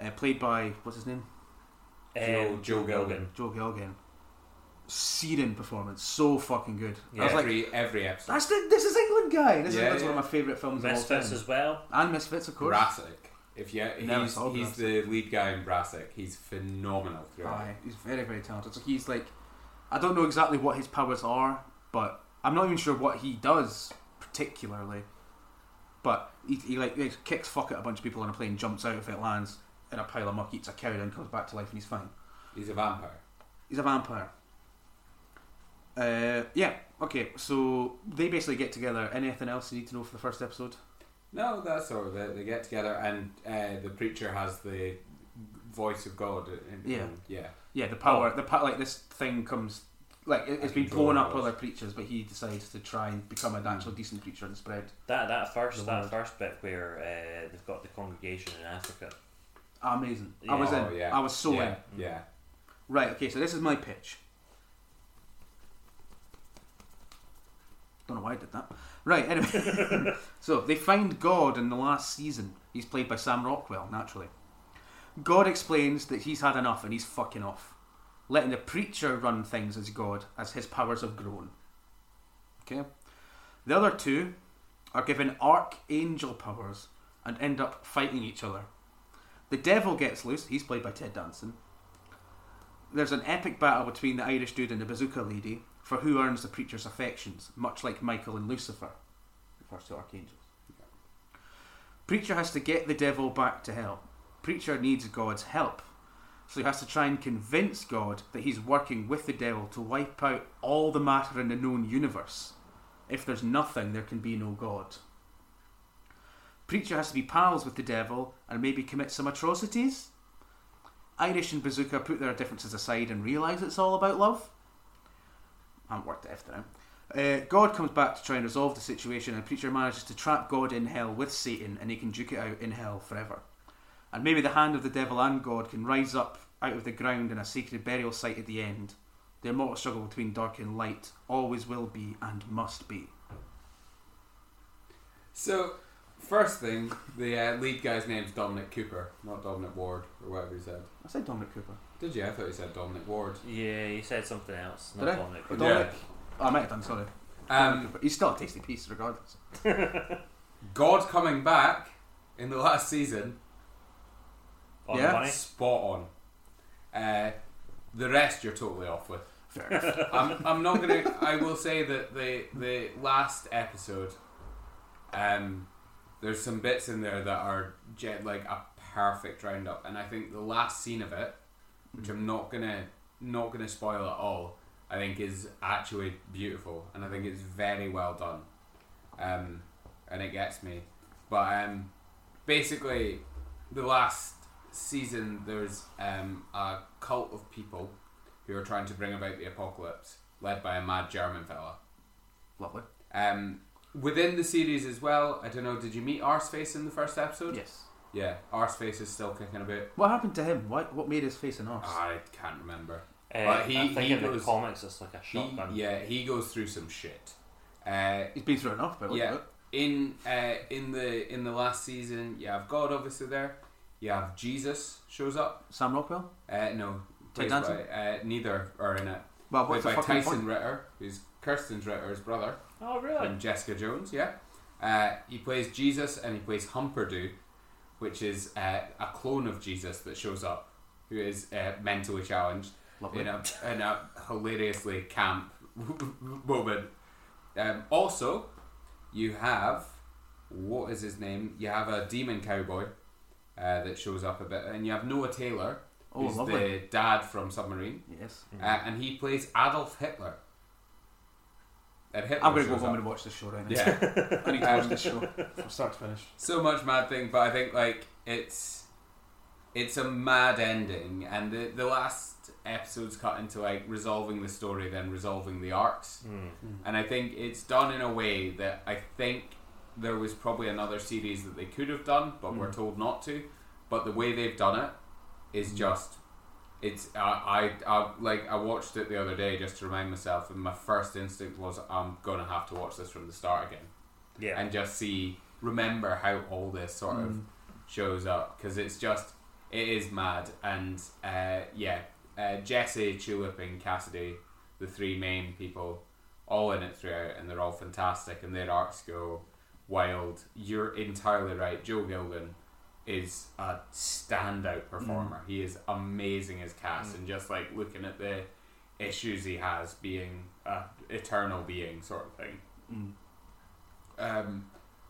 Speaker 2: uh, played by what's his name,
Speaker 3: Joe-
Speaker 1: Um,
Speaker 3: Joe Gilgan.
Speaker 2: Joe Gilgan. Searing performance, so fucking good. I was
Speaker 1: Yeah.
Speaker 2: like,
Speaker 3: every every episode.
Speaker 2: that's the, this is England guy. This
Speaker 3: Yeah,
Speaker 2: is that's one
Speaker 3: yeah.
Speaker 2: of my favourite films of all
Speaker 1: Misfits
Speaker 2: time.
Speaker 1: as well.
Speaker 2: and Misfits, of course.
Speaker 3: Brassic. If you,
Speaker 2: Never
Speaker 3: he's,
Speaker 2: saw
Speaker 3: he's the lead guy in Brassic. He's phenomenal throughout.
Speaker 2: Aye, he's very very talented. So he's like, I don't know exactly what his powers are, but I'm not even sure what he does particularly. But he, he like he kicks fuck at a bunch of people on a plane, jumps out of it, lands in a pile of muck, eats a cow, then comes back to life and he's fine.
Speaker 3: He's a vampire.
Speaker 2: He's a vampire. Uh, yeah. Okay. So they basically get together. Anything else you need to know for the first episode?
Speaker 3: No, that's sort of it. They get together, and uh, the preacher has the voice of God. And,
Speaker 2: Yeah.
Speaker 3: and- yeah,
Speaker 2: Yeah, the power, the power, like this thing comes, like it,
Speaker 3: Oh. I
Speaker 2: it's been
Speaker 3: control
Speaker 2: blown up
Speaker 3: powers.
Speaker 2: other preachers, but he decides to try and become an actual
Speaker 3: Hmm.
Speaker 2: decent preacher and spread.
Speaker 1: That that first
Speaker 2: The
Speaker 1: that
Speaker 2: word.
Speaker 1: first bit where uh, they've got the congregation in Africa
Speaker 2: amazing. I was
Speaker 3: oh,
Speaker 2: in.
Speaker 3: Yeah.
Speaker 2: I was so
Speaker 3: yeah.
Speaker 2: in.
Speaker 3: Yeah.
Speaker 2: Right. Okay. So this is my pitch. Don't know why I did that. Right. Anyway, so they find God in the last season. He's played by Sam Rockwell, naturally. God explains that he's had enough and he's fucking off, letting the preacher run things as God as his powers have grown. Okay. The other two are given archangel powers and end up fighting each other. The devil gets loose. He's played by Ted Danson there's an epic battle between the Irish dude and the bazooka lady for who earns the preacher's affections, much like Michael and Lucifer, the first two archangels. Preacher has to get the devil back to help. Preacher needs God's help, so he has to try and convince God that he's working with the devil to wipe out all the matter in the known universe. If there's nothing, there can be no God. Preacher has to be pals with the devil and maybe commit some atrocities. Irish and Bazooka put their differences aside and realise it's all about love. I haven't worked it after now. Uh, God comes back to try and resolve the situation, and Preacher manages to trap God in hell with Satan, and he can duke it out in hell forever. And maybe the hand of the devil and God can rise up out of the ground in a sacred burial site at the end. The immortal struggle between dark and light always will be and must be.
Speaker 3: So, first thing, the uh, lead guy's name's Dominic Cooper, not Dominic Ward or whatever he said.
Speaker 2: I said Dominic Cooper.
Speaker 3: Did you? I thought you said Dominic Ward.
Speaker 1: Yeah, you said something else. Not
Speaker 2: Did I?
Speaker 1: Dominic.
Speaker 2: Or
Speaker 1: but-
Speaker 3: Yeah.
Speaker 2: Dominic? Oh, I might have done, sorry. Dominic
Speaker 3: Um,
Speaker 2: Cooper. He's still a tasty piece, regardless.
Speaker 3: God coming back in the last season,
Speaker 1: On the
Speaker 2: Yeah.
Speaker 1: money.
Speaker 3: spot on. Uh, the rest you're totally off with.
Speaker 2: Fair enough.
Speaker 3: I'm, I'm not gonna. I will say that the the last episode, um, there's some bits in there that are jet like a perfect roundup, and I think the last scene of it, which I'm not gonna not gonna spoil at all, I think is actually beautiful, and I think it's very well done, um, and it gets me. But um, basically, the last season there's um, a cult of people who are trying to bring about the apocalypse, led by a mad German fella.
Speaker 2: Lovely.
Speaker 3: Um, within the series as well, I don't know, did you meet Arseface in the first episode?
Speaker 2: Yes.
Speaker 3: Yeah, Arseface is still kicking about. Ah,
Speaker 2: What happened to him? What what made his face an arse?
Speaker 3: I can't remember.
Speaker 1: Uh,
Speaker 3: But he-
Speaker 1: I think
Speaker 3: he
Speaker 1: in the
Speaker 3: was-
Speaker 1: comics it's like a
Speaker 3: He,
Speaker 1: shotgun.
Speaker 3: yeah, he goes through some shit. Uh,
Speaker 2: He's been through enough, but
Speaker 3: yeah, in uh, in the in the last season, you have God obviously there. You have Jesus shows up.
Speaker 2: Sam Rockwell.
Speaker 3: Uh, no,
Speaker 2: Ted
Speaker 3: plays
Speaker 2: Danson?
Speaker 3: by- uh, neither are in it.
Speaker 2: Well, what's
Speaker 3: Played
Speaker 2: the
Speaker 3: by
Speaker 2: fucking
Speaker 3: Tyson
Speaker 2: point?
Speaker 3: Ritter, who's Kirsten Ritter's brother.
Speaker 1: Oh really?
Speaker 3: and Jessica Jones, yeah. Uh, he plays Jesus and he plays Humperdoo, which is uh, a clone of Jesus that shows up, who is uh, mentally challenged
Speaker 2: Lovely.
Speaker 3: in a, in a hilariously camp moment. Um, also, you have what is his name? You have a demon cowboy uh, that shows up a bit, and you have Noah Taylor,
Speaker 2: Oh,
Speaker 3: who's
Speaker 2: lovely. Hmm.
Speaker 3: the dad from Submarine,
Speaker 2: Yes.
Speaker 3: uh, and he plays Adolf Hitler. And Hitler
Speaker 2: I'm gonna go
Speaker 3: shows
Speaker 2: home
Speaker 3: up.
Speaker 2: and watch this show right now.
Speaker 3: Yeah.
Speaker 2: I need to watch this show from start to finish.
Speaker 3: so much mad thing, but I think like it's it's a mad ending, and the the last episode's cut into like resolving the story, then resolving the arcs,
Speaker 1: Mm.
Speaker 3: and I think it's done in a way that I think there was probably another series that they could have done, but were told not to. But the way they've done it is just. It's I, I I like I watched it the other day just to remind myself, and my first instinct was I'm gonna have to watch this from the start again
Speaker 1: Yeah.
Speaker 3: and just see remember how all this sort of shows up because it's just it is mad and uh, yeah uh, Jesse Tulip and Cassidy the three main people all in it throughout and they're all fantastic and their arcs go wild you're entirely right Joe Gilgan is a standout performer he is amazing as Cass and just like looking at the issues he has being a eternal being sort of thing
Speaker 2: Mm.
Speaker 3: um,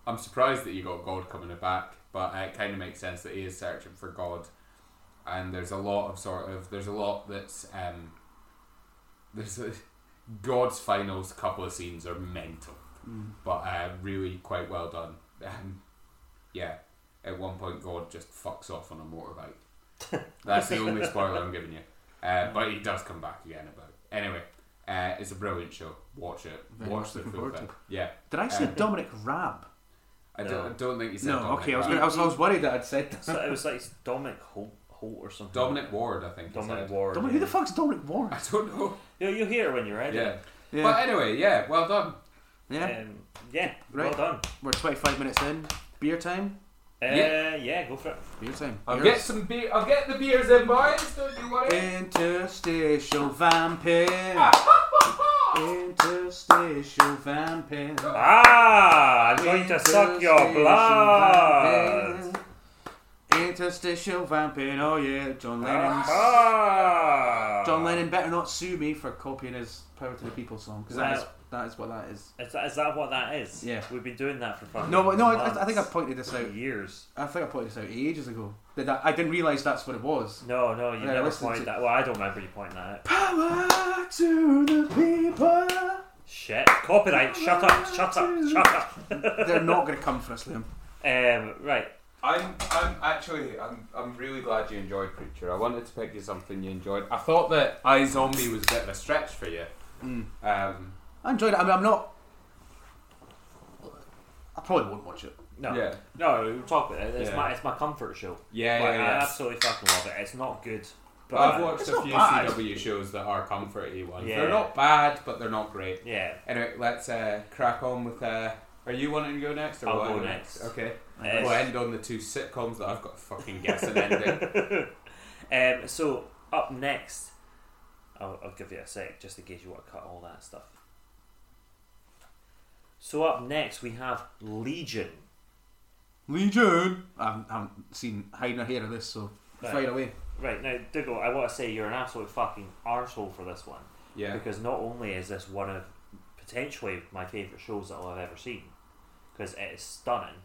Speaker 3: I'm surprised that you got God coming back, but uh, it kind of makes sense that he is searching for God. And there's a lot of sort of there's a lot that's um, there's a, God's finals couple of scenes are mental, but uh, really quite well done. Um, yeah, at one point God just fucks off on a motorbike. That's the only spoiler I'm giving you. Uh, but he does come back again about anyway. Uh, it's a brilliant show. Watch it.
Speaker 2: Very
Speaker 3: Watch
Speaker 2: much
Speaker 3: the
Speaker 2: looking
Speaker 3: full
Speaker 2: forward
Speaker 3: thing.
Speaker 2: to it.
Speaker 3: Yeah.
Speaker 2: Did I say
Speaker 3: Um,
Speaker 2: Dominic Raab?
Speaker 3: I
Speaker 1: No.
Speaker 3: don't, don't think you said
Speaker 2: No,
Speaker 3: Dominic
Speaker 2: okay. I was,
Speaker 3: Raab.
Speaker 2: gonna, I was I was worried that I'd said that.
Speaker 1: So it was like Dominic Holt, Holt or something.
Speaker 3: Dominic Ward, I think. he
Speaker 1: Dominic
Speaker 3: said.
Speaker 1: Ward.
Speaker 2: Dominic, who the fuck's Dominic Warren?
Speaker 3: I don't know.
Speaker 1: Yeah, you'll hear it when you're ready.
Speaker 3: Yeah.
Speaker 2: Yeah,
Speaker 3: But anyway, yeah, well done.
Speaker 2: yeah.
Speaker 1: Um, yeah.
Speaker 2: Right.
Speaker 1: Well done.
Speaker 2: We're 25 minutes in. Beer time.
Speaker 1: Uh,
Speaker 3: Yeah.
Speaker 1: yeah. Go for it.
Speaker 2: Beer time.
Speaker 3: I'll
Speaker 2: Beers.
Speaker 3: get some beer. I'll get the beers in, boys. Don't you worry.
Speaker 2: Interstitial vampire.
Speaker 3: Ah.
Speaker 2: Interstitial vampire.
Speaker 1: Ah, I'm going to suck your blood.
Speaker 2: Interstitial vampire. Oh yeah, John Lennon.
Speaker 1: Ah.
Speaker 2: John Lennon better not sue me for copying his "Power to the People" song because that is
Speaker 1: Well-
Speaker 2: that is what that is.
Speaker 1: Is that, is that what that is?
Speaker 2: Yeah.
Speaker 1: We've been doing that for fucking
Speaker 2: No, but no, I,
Speaker 1: months.
Speaker 2: I- I think I pointed this out.
Speaker 1: years.
Speaker 2: I think I pointed this out ages ago. That that- I didn't realize that's what it was.
Speaker 1: No, no, you
Speaker 2: Yeah,
Speaker 1: never
Speaker 2: listen
Speaker 1: pointed
Speaker 2: to-
Speaker 1: that. Well, I don't remember you pointing that out.
Speaker 2: Power to the people.
Speaker 1: Shit. Copyright. Shut up. Shut up. Shut up.
Speaker 2: They're not going to come for us, Liam.
Speaker 1: Um, right.
Speaker 3: I'm, I'm actually, I'm, I'm really glad you enjoyed Creature. I wanted to pick you something you enjoyed. I thought that I Zombie was a bit of a stretch for you.
Speaker 2: Mm.
Speaker 3: Um,
Speaker 2: I enjoyed it. I mean, I'm not. I probably won't watch it.
Speaker 1: No.
Speaker 3: Yeah.
Speaker 1: No, we'll talk about it. It's
Speaker 3: Yeah.
Speaker 1: my it's my comfort show.
Speaker 3: yeah,
Speaker 1: Like,
Speaker 3: yeah,
Speaker 1: I
Speaker 3: yeah.
Speaker 1: absolutely fucking love it. It's not good. But
Speaker 3: I've watched
Speaker 2: It's
Speaker 3: a
Speaker 2: not
Speaker 3: few
Speaker 2: bad.
Speaker 3: CW shows that are comforty ones.
Speaker 1: Yeah.
Speaker 3: They're not bad, but they're not great.
Speaker 1: Yeah.
Speaker 3: Anyway, let's uh, crack on with. Uh, are you wanting to go next? Or
Speaker 1: I'll
Speaker 3: what?
Speaker 1: go next.
Speaker 3: Okay.
Speaker 1: Yes.
Speaker 3: We'll end on the two sitcoms that I've got to fucking guess an ending.
Speaker 1: Um, so up next, I'll, I'll give you a sec just in case you want to cut all that stuff. So up next we have Legion.
Speaker 2: Legion. I haven't, haven't seen hide nor hair of this, so
Speaker 1: Right.
Speaker 2: fire away.
Speaker 1: Right now, Diggle, I want to say you're an absolute fucking arsehole for this one
Speaker 3: Yeah.
Speaker 1: because not only is this one of potentially my favorite shows that I'll have ever seen because it is stunning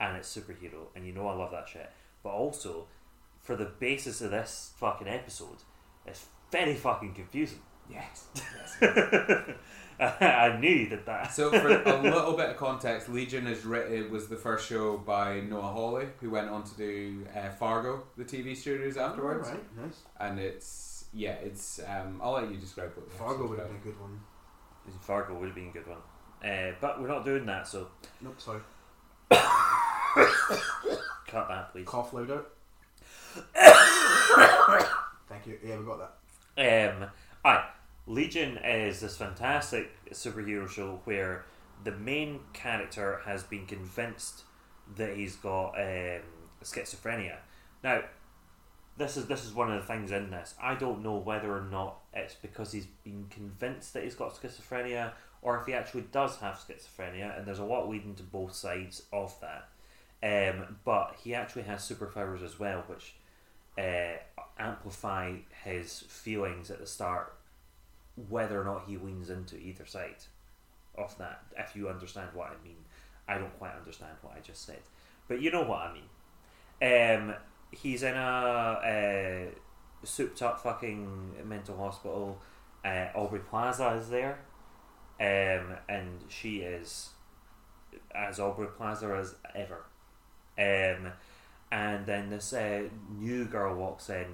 Speaker 1: and it's superhero and you know I love that shit, but also for the basis of this fucking episode, it's very fucking confusing.
Speaker 3: Yes.
Speaker 1: I knew that that.
Speaker 3: So, for a little bit of context, Legion is written was the first show by Noah Hawley, who went on to do uh, Fargo, the TV series afterwards.
Speaker 2: nice.
Speaker 3: And it's yeah, it's um, I'll let you describe what the episode's about.
Speaker 2: a good one.
Speaker 1: Fargo would have been a good one. Uh, but we're not doing that, so
Speaker 2: Nope, sorry.
Speaker 1: cut that, please.
Speaker 2: Cough louder. Thank you. Yeah, we got that.
Speaker 1: Um, aye, Legion is this fantastic superhero show where the main character has been convinced that he's got um, schizophrenia. Now, this is this is one of the things in this. I don't know whether or not it's because he's been convinced that he's got schizophrenia, or if he actually does have schizophrenia. And there's a lot leading to both sides of that. Um, but he actually has superpowers as well, which uh, amplify his feelings at the start, whether or not he leans into either side of that. If you understand what I mean, I don't quite understand what I just said, but you know what I mean. Um, he's in a uh, souped up fucking mental hospital. Uh, Aubrey Plaza is there, um, and she is as Aubrey Plaza as ever. Um, and then this uh, new girl walks in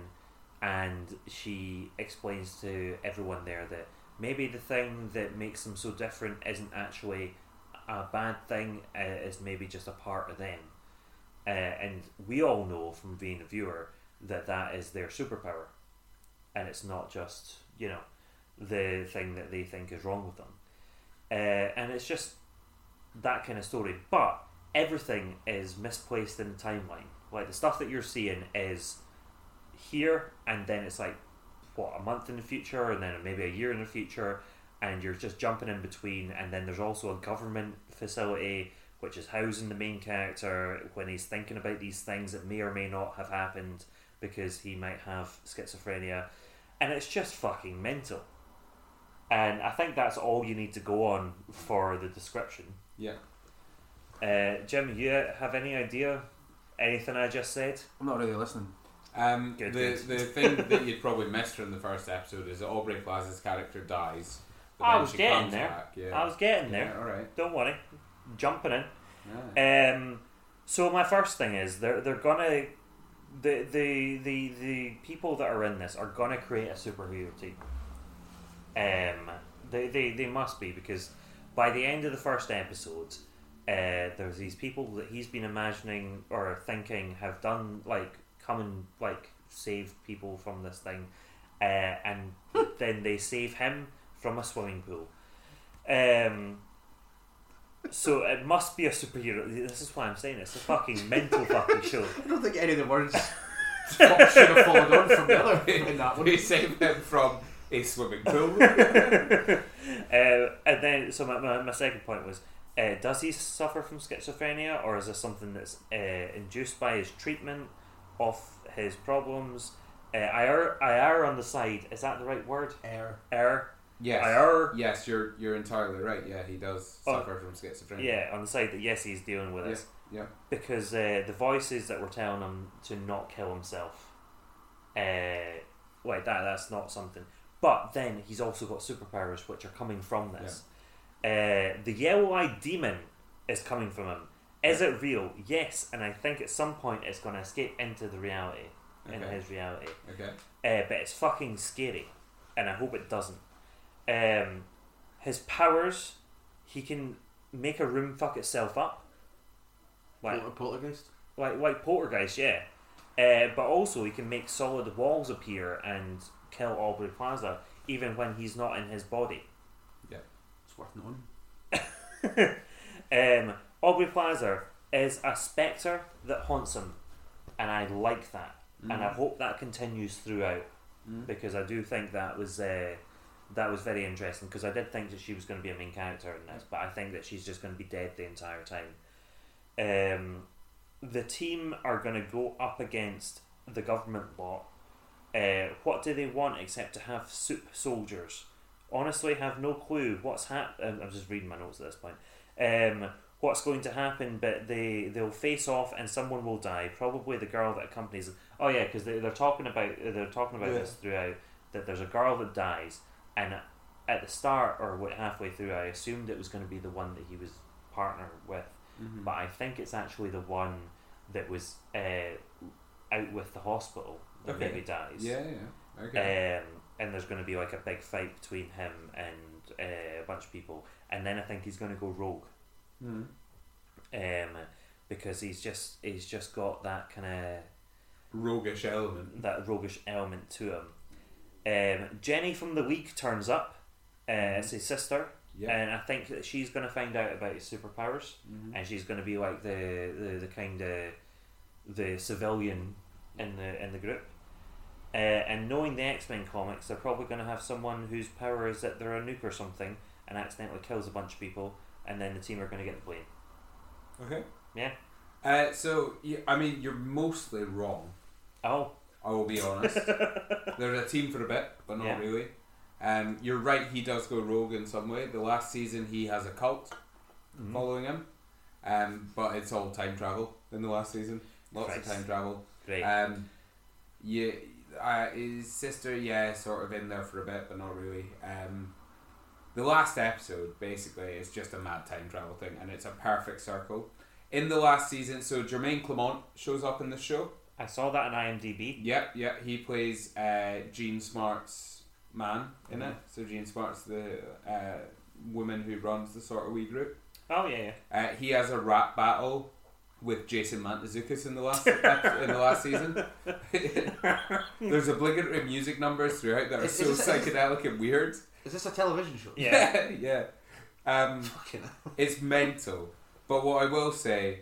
Speaker 1: and she explains to everyone there that maybe the thing that makes them so different isn't actually a bad thing uh, it's maybe just a part of them uh, and we all know from being a viewer that that is their superpower and it's not just you know the thing that they think is wrong with them uh, and it's just that kind of story but everything is misplaced in the timeline. Like the stuff that you're seeing is here, and then it's like what a month in the future, and then maybe a year in the future, and you're just jumping in between. And then there's also a government facility which is housing the main character when he's thinking about these things that may or may not have happened because he might have schizophrenia, and it's just fucking mental. And I think that's all you need to go on for the description.
Speaker 3: Yeah.
Speaker 1: Uh, Jim, you have any idea anything I just said?
Speaker 2: I'm not really listening.
Speaker 3: Um,
Speaker 1: Good,
Speaker 3: the
Speaker 1: good.
Speaker 3: the thing that you'd probably missed from the first episode is that Aubrey Plaza's character dies. but
Speaker 1: I
Speaker 3: then
Speaker 1: was
Speaker 3: she
Speaker 1: getting
Speaker 3: comes
Speaker 1: there.
Speaker 3: back, Yeah.
Speaker 1: I was getting there.
Speaker 3: Yeah, all right.
Speaker 1: Don't worry, jumping in.
Speaker 3: Yeah.
Speaker 1: Um, so my first thing is they're they're gonna the the the the people that are in this are gonna create a superhero team. Um, they they, they must be because by the end of the first episode, uh, there's these people that he's been imagining or thinking have done like come and like save people from this thing, uh, and then they save him from a swimming pool. Um, so it must be a superhero. This is why I'm saying it's a fucking mental fucking show.
Speaker 2: I don't think any of the words should have followed on from the other in that one.
Speaker 3: We saved him from a swimming pool.
Speaker 1: Uh, and then, so my, my, my second point was uh, does he suffer from schizophrenia or is this something that's uh, induced by his treatment of his problems? Uh, I, err, I err on the side. Is that the right word?
Speaker 2: Air.
Speaker 1: Err?
Speaker 3: yes.
Speaker 1: I err.
Speaker 3: Yes, you're you're entirely right. Yeah, he does
Speaker 1: Oh.
Speaker 3: suffer from schizophrenia.
Speaker 1: Yeah, on the side that yes, he's dealing with
Speaker 3: Yeah,
Speaker 1: it.
Speaker 3: yeah.
Speaker 1: Because uh, the voices that were telling him to not kill himself, uh, like that, that's not something. But then he's also got superpowers which are coming from this. Uh, the yellow eyed demon is coming from him. Is it real? Yes, and I think at some point it's going to escape into the reality, into
Speaker 3: Okay.
Speaker 1: his reality.
Speaker 3: Okay.
Speaker 1: Uh, but it's fucking scary, and I hope it doesn't. Um, his powers, he can make a room fuck itself up, like
Speaker 2: Poltergeist.
Speaker 1: like like Poltergeist, yeah. Uh, but also, he can make solid walls appear and kill Aubrey Plaza, even when he's not in his body.
Speaker 2: It's worth knowing.
Speaker 1: um, Aubrey Plaza is a spectre that haunts him, and I like that, and I hope that continues throughout because I do think that was uh, that was very interesting because I did think that she was going to be a main character in this, but I think that she's just going to be dead the entire time. Um, the team are going to go up against the government lot. Uh, what do they want except to have soup soldiers? Honestly, have no clue what's hap. Um, I'm just reading my notes at this point. Um, what's going to happen? But they they'll face off and someone will die. Probably the girl that accompanies. Oh yeah, because they, they're talking about they're talking about
Speaker 3: Yeah.
Speaker 1: this throughout that there's a girl that dies and at the start or what halfway through I assumed it was going to be the one that he was partnered with
Speaker 3: Mhm.
Speaker 1: but I think it's actually the one that was uh, out with the hospital that
Speaker 3: Okay.
Speaker 1: maybe dies.
Speaker 3: Yeah, yeah. Okay.
Speaker 1: Um, and there's going to be like a big fight between him and uh, a bunch of people, and then I think he's going to go rogue
Speaker 3: Hmm.
Speaker 1: um, because he's just he's just got that kind of
Speaker 3: Roguish element.
Speaker 1: that roguish element to him. Um, Jenny from the league turns up. Uh, It's his sister,
Speaker 3: Yeah.
Speaker 1: and I think that she's going to find out about his superpowers.
Speaker 3: Mhm.
Speaker 1: and she's going to be like the the, the kind of the civilian in the in the group. Uh, and knowing the X Men comics, they're probably going to have someone whose power is that they're a nuke or something, and accidentally kills a bunch of people, and then the team are going to get the blame.
Speaker 3: Okay.
Speaker 1: Yeah.
Speaker 3: Uh, so yeah, I mean, you're mostly wrong.
Speaker 1: Oh,
Speaker 3: I will be honest. They're a team for a bit, but not
Speaker 1: Yeah.
Speaker 3: really. Um, you're right, he does go rogue in some way. The last season, he has a cult
Speaker 1: Mm-hmm.
Speaker 3: following him, um, but it's all time travel in the last season. Lots
Speaker 1: Christ.
Speaker 3: of time travel.
Speaker 1: great.
Speaker 3: Um, yeah, uh, his sister, yeah, sort of in there for a bit, but not really. Um, the last episode, basically, is just a mad time travel thing, and it's a perfect circle. In the last season, so Jermaine Clement shows up in the show.
Speaker 1: I saw that on IMDb.
Speaker 3: Yep, yep. He plays uh, Gene Smart's man in it. So Gene Smart's the uh, woman who runs the sort of wee group.
Speaker 1: Oh yeah, yeah.
Speaker 3: Uh, he has a rap battle with Jason Mantzoukas in the last epi- in the last season. There's obligatory music numbers throughout that are
Speaker 2: Is-
Speaker 3: so
Speaker 2: is this- is-
Speaker 3: psychedelic and weird.
Speaker 2: Is this a television show?
Speaker 1: yeah.
Speaker 3: yeah. Um,
Speaker 2: Fucking hell.
Speaker 3: it's mental. But what I will say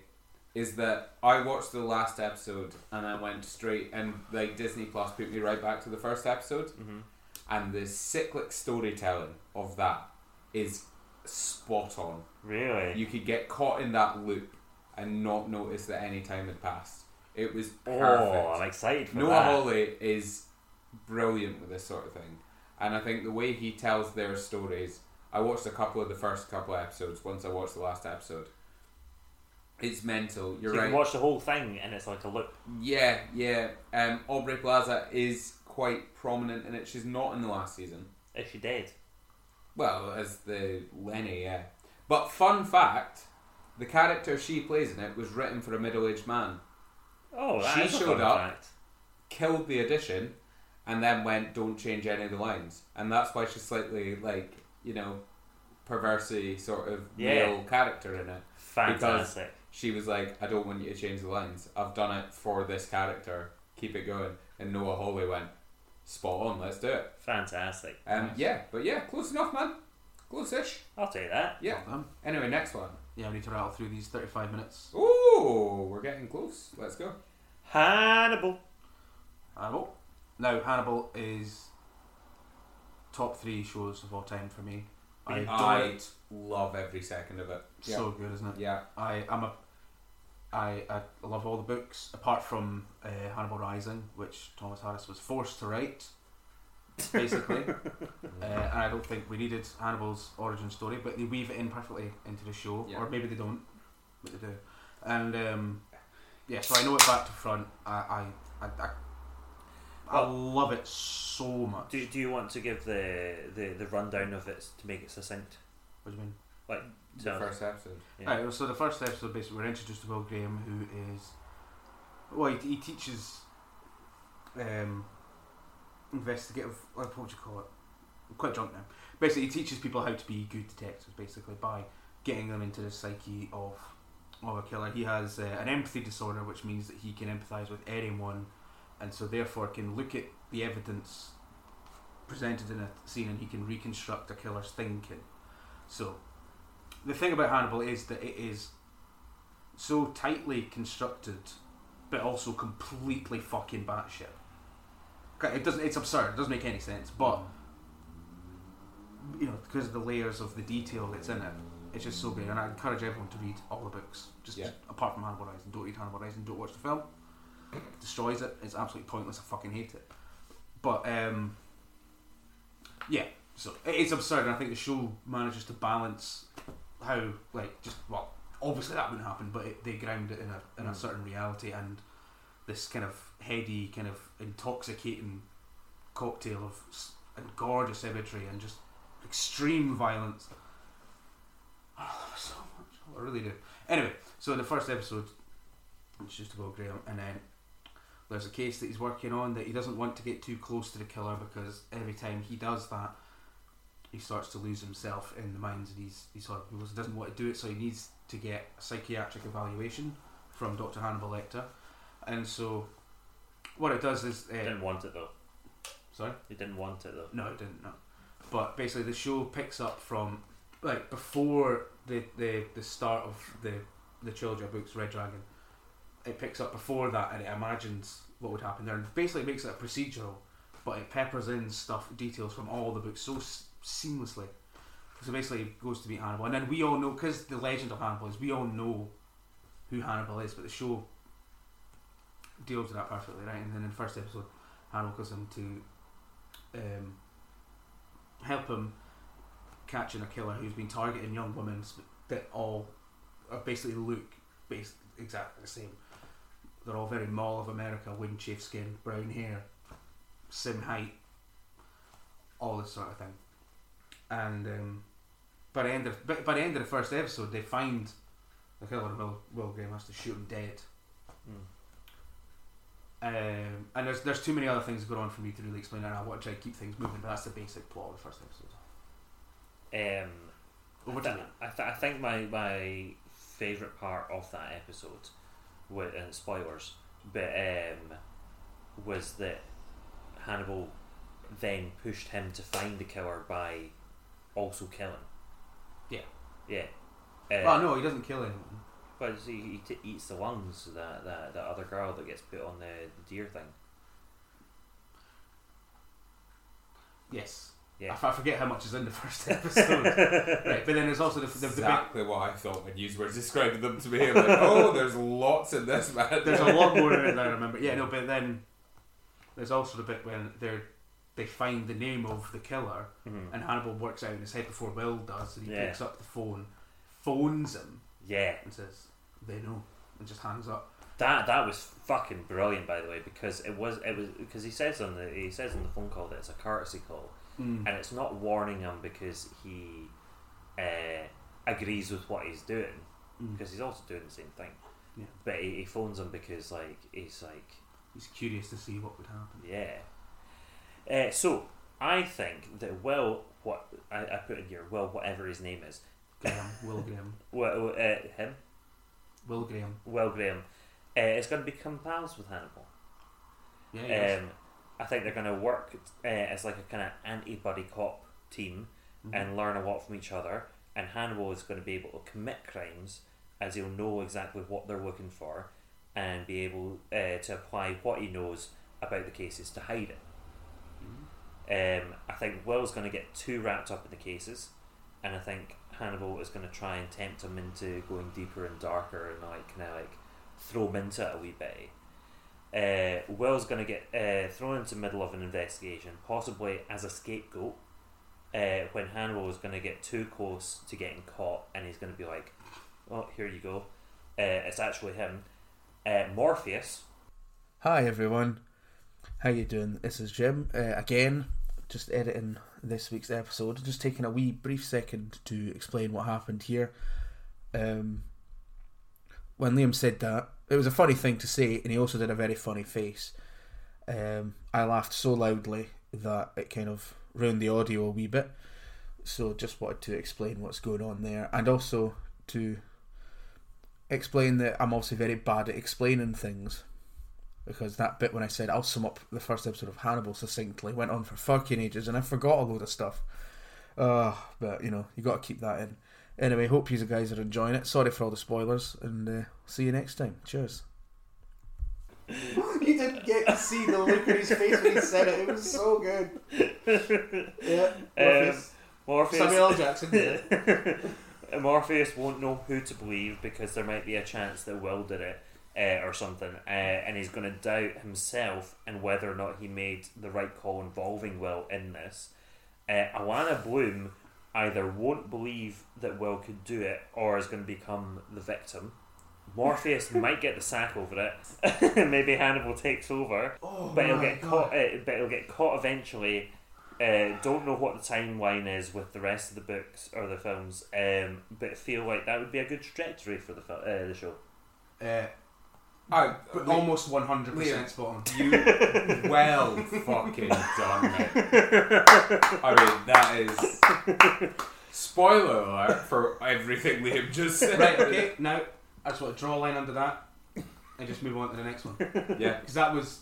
Speaker 3: is that I watched the last episode and I went straight and like Disney Plus put me right back to the first episode,
Speaker 1: Mhm.
Speaker 3: and the cyclic storytelling of that is spot on.
Speaker 1: Really?
Speaker 3: You could get caught in that loop and not notice that any time had passed. It was perfect.
Speaker 1: oh, I'm excited for
Speaker 3: Noah
Speaker 1: that.
Speaker 3: Hawley is brilliant with this sort of thing, and I think the way he tells their stories. I watched a couple of the first couple of episodes. Once I watched the last episode, it's mental. You're
Speaker 1: you
Speaker 3: right.
Speaker 1: can watch the whole thing, and it's like a loop.
Speaker 3: yeah, yeah. Um, Aubrey Plaza is quite prominent in it. She's not in the last season.
Speaker 1: If you did,
Speaker 3: Well, as the Lenny, yeah. But fun fact: the character she plays in it was written for a middle-aged man.
Speaker 1: oh, that
Speaker 3: She
Speaker 1: is a
Speaker 3: showed
Speaker 1: fun
Speaker 3: up.
Speaker 1: fact.
Speaker 3: killed the edition and then went don't change any of the lines and that's why she's slightly like you know perversely sort of
Speaker 1: Yeah.
Speaker 3: male character in it
Speaker 1: Fantastic.
Speaker 3: She was like, I don't want you to change the lines. I've done it for this character. Keep it going. And Noah Hawley went, spot on, let's do it.
Speaker 1: Fantastic.
Speaker 3: Um, yeah, but yeah, close enough, man. Close ish.
Speaker 1: I'll take that.
Speaker 3: Yeah.
Speaker 2: Well done.
Speaker 3: Anyway, next one.
Speaker 2: Yeah, we need to rattle through these 35 minutes.
Speaker 3: Ooh, we're getting close. Let's go.
Speaker 1: Hannibal.
Speaker 2: Hannibal. oh, Now, Hannibal is top three shows of all time for me. I
Speaker 1: Yeah.
Speaker 2: adore
Speaker 3: I
Speaker 2: it.
Speaker 3: love every second of it. Yeah.
Speaker 2: So good, isn't it?
Speaker 3: yeah.
Speaker 2: I am a. I, I love all the books apart from uh, Hannibal Rising, which Thomas Harris was forced to write, basically. uh, and I don't think we needed Hannibal's origin story, but they weave it in perfectly into the show,
Speaker 3: Yeah.
Speaker 2: or maybe they don't, but they do. And um, yeah, so I know it back to front. I I I, I, I
Speaker 1: Well-
Speaker 2: love it so much.
Speaker 1: Do, do you want to give the, the, the rundown of it to make it succinct?
Speaker 2: What do you mean?
Speaker 3: The
Speaker 1: So-
Speaker 3: first episode.
Speaker 1: Yeah.
Speaker 2: Right, so the first episode basically we're introduced to Will Graham, who is well, he, he teaches um, investigative. Like, what do you call it? I'm quite drunk now. Basically, he teaches people how to be good detectives, basically by getting them into the psyche of of a killer. He has uh, an empathy disorder, which means that he can empathise with anyone, and so therefore can look at the evidence presented in a scene and he can reconstruct a killer's thinking. So, the thing about Hannibal is that it is so tightly constructed, but also completely fucking batshit. Okay, It doesn't. It's absurd. It doesn't make any sense. But you know, because of the layers of the detail that's in it, it's just so good. And I encourage everyone to read all the books, just
Speaker 3: Yeah.
Speaker 2: apart from Hannibal Rising. Don't read Hannibal Rising. Don't watch the film. Destroys it. It's absolutely pointless. I fucking hate it. But um, yeah, so it- it's absurd, and I think the show manages to balance how like just well, obviously that wouldn't happen, but it, they ground it in a in a
Speaker 3: Mm.
Speaker 2: certain reality and this kind of heady, kind of intoxicating cocktail of s- and gorgeous imagery and just extreme violence. Ah, I love it so much. I really do. Anyway, so the first episode, it's just about Graham, and then there's a case that he's working on that he doesn't want to get too close to the killer because every time he does that, he starts to lose himself in the minds of these these horror people. So he doesn't want to do it, so he needs to get a psychiatric evaluation from Dr. Hannibal Lecter. And so, what it does is. Uh,
Speaker 1: Didn't want it though.
Speaker 2: sorry?
Speaker 1: You didn't want it though.
Speaker 2: No, it didn't. No, but basically the show picks up from like before the the, the start of the the Children books Red Dragon. It picks up before that and it imagines what would happen there. And basically, makes it a procedural, but it peppers in stuff details from all the books so s- seamlessly. So basically, it goes to meet Hannibal, and then we all know because the legend of Hannibal is we all know who Hannibal is, but the show deals with that perfectly, right? And then in the first episode, Hannibal goes into um, help him catching a killer who's been targeting young women sp- that all are basically look bas exactly the same. They're all very Mall of America, wind chafed skin, brown hair, sim height, all this sort of thing. And um, by the end of by, by the end of the first episode, they find the killer. and Will Will Graham has to shoot him dead.
Speaker 1: Mm.
Speaker 2: Um, and there's there's too many other things going on for me to really explain, and I want to try to keep things moving. But that's the basic plot of the first episode.
Speaker 1: Um,
Speaker 2: Over to
Speaker 1: I,
Speaker 2: you.
Speaker 1: I, th- I think my my favorite part of that episode, with and spoilers, but um, was that Hannibal then pushed him to find the killer by also killing.
Speaker 2: Yeah.
Speaker 1: Yeah.
Speaker 2: well,
Speaker 1: Uh,
Speaker 2: no, he doesn't kill anyone.
Speaker 1: But he, he t- eats the lungs of that, that that other girl that gets put on the, the deer thing.
Speaker 2: Yes.
Speaker 1: Yeah.
Speaker 2: I f- I forget how much is in the first episode. right, but then there's also the, the, the big.
Speaker 3: exactly what I thought when you were describing them to me. I'm Like, oh, there's lots in this man.
Speaker 2: There's a lot more in it than I remember. Yeah, no, but then there's also the bit when they're they find the name of the killer,
Speaker 1: Mhm.
Speaker 2: and Hannibal works out in his head before Will does, and he
Speaker 1: Yeah.
Speaker 2: picks up the phone, phones him,
Speaker 1: Yeah.
Speaker 2: and says, "They know," and just hangs up.
Speaker 1: That that was fucking brilliant, by the way, because it was it was because he says on the he says on the phone call that it's a courtesy call,
Speaker 2: Mm.
Speaker 1: and it's not warning him because he uh, agrees with what he's doing
Speaker 2: Mm.
Speaker 1: because he's also doing the same thing.
Speaker 2: Yeah.
Speaker 1: But he, he phones him because like he's like
Speaker 2: He's curious to see what would happen.
Speaker 1: yeah. Eh, Uh, so I think that Will, what I, I put in here, Will, whatever his name is,
Speaker 2: Graham, Will Graham,
Speaker 1: Well, uh, him,
Speaker 2: Will Graham.
Speaker 1: Will Graham, uh, is going to become pals with Hannibal.
Speaker 2: Yeah, he is.
Speaker 1: Um, I think they're going to work uh, as like a kind of anti-buddy cop team and learn a lot from each other. And Hannibal is going to be able to commit crimes as he'll know exactly what they're looking for and be able uh, to apply what he knows about the cases to hide it. Um, I think Will's going to get too wrapped up in the cases, and I think Hannibal is going to try and tempt him into going deeper and darker and like kind of like throw him into it a wee bit. Uh, Will's going to get uh, thrown into the middle of an investigation, possibly as a scapegoat. Uh, when Hannibal is going to get too close to getting caught, and he's going to be like, "Oh, here you go, uh, it's actually him." Uh, Morpheus,
Speaker 4: Hi everyone, how you doing? This is Jim uh, again, just editing this week's episode. Just taking a wee brief second to explain what happened here. Um, when Liam said that, it was a funny thing to say, and he also did a very funny face. Um, I laughed so loudly that it kind of ruined the audio a wee bit. So just wanted to explain what's going on there, and also to explain that I'm also very bad at explaining things because that bit when I said I'll sum up the first episode of Hannibal succinctly went on for fucking ages, and I forgot a load of stuff. Uh, but you know, you got to keep that in. Anyway, hope you guys are enjoying it. Sorry for all the spoilers, and uh, see you next time. Cheers.
Speaker 2: you didn't get to see the look on his face when he said it. It was so good. Yeah. Morpheus.
Speaker 1: Um, Morpheus,
Speaker 2: Samuel L. Jackson. did it.
Speaker 1: Morpheus won't know who to believe because there might be a chance that Will did it uh, or something, uh, and he's going to doubt himself and whether or not he made the right call involving Will in this. Uh, Alana Bloom either won't believe that Will could do it or is going to become the victim. Morpheus might get the sack over it. Maybe Hannibal takes over,
Speaker 2: Oh
Speaker 1: but he'll
Speaker 2: my
Speaker 1: get
Speaker 2: God.
Speaker 1: caught. Uh, but he'll get caught eventually. Uh, don't know what the timeline is with the rest of the books or the films, um, but feel like that would be a good trajectory for the fil- uh, the show.
Speaker 2: Uh,
Speaker 3: Oh,
Speaker 2: but
Speaker 3: Liam,
Speaker 2: almost 100%
Speaker 3: Liam.
Speaker 2: spot on.
Speaker 3: you well fucking done it. I mean, that is. Spoiler alert for everything Liam just said.
Speaker 2: Right, okay, now I just want to draw a line under that and just move on to the next one.
Speaker 3: Yeah.
Speaker 2: Because that was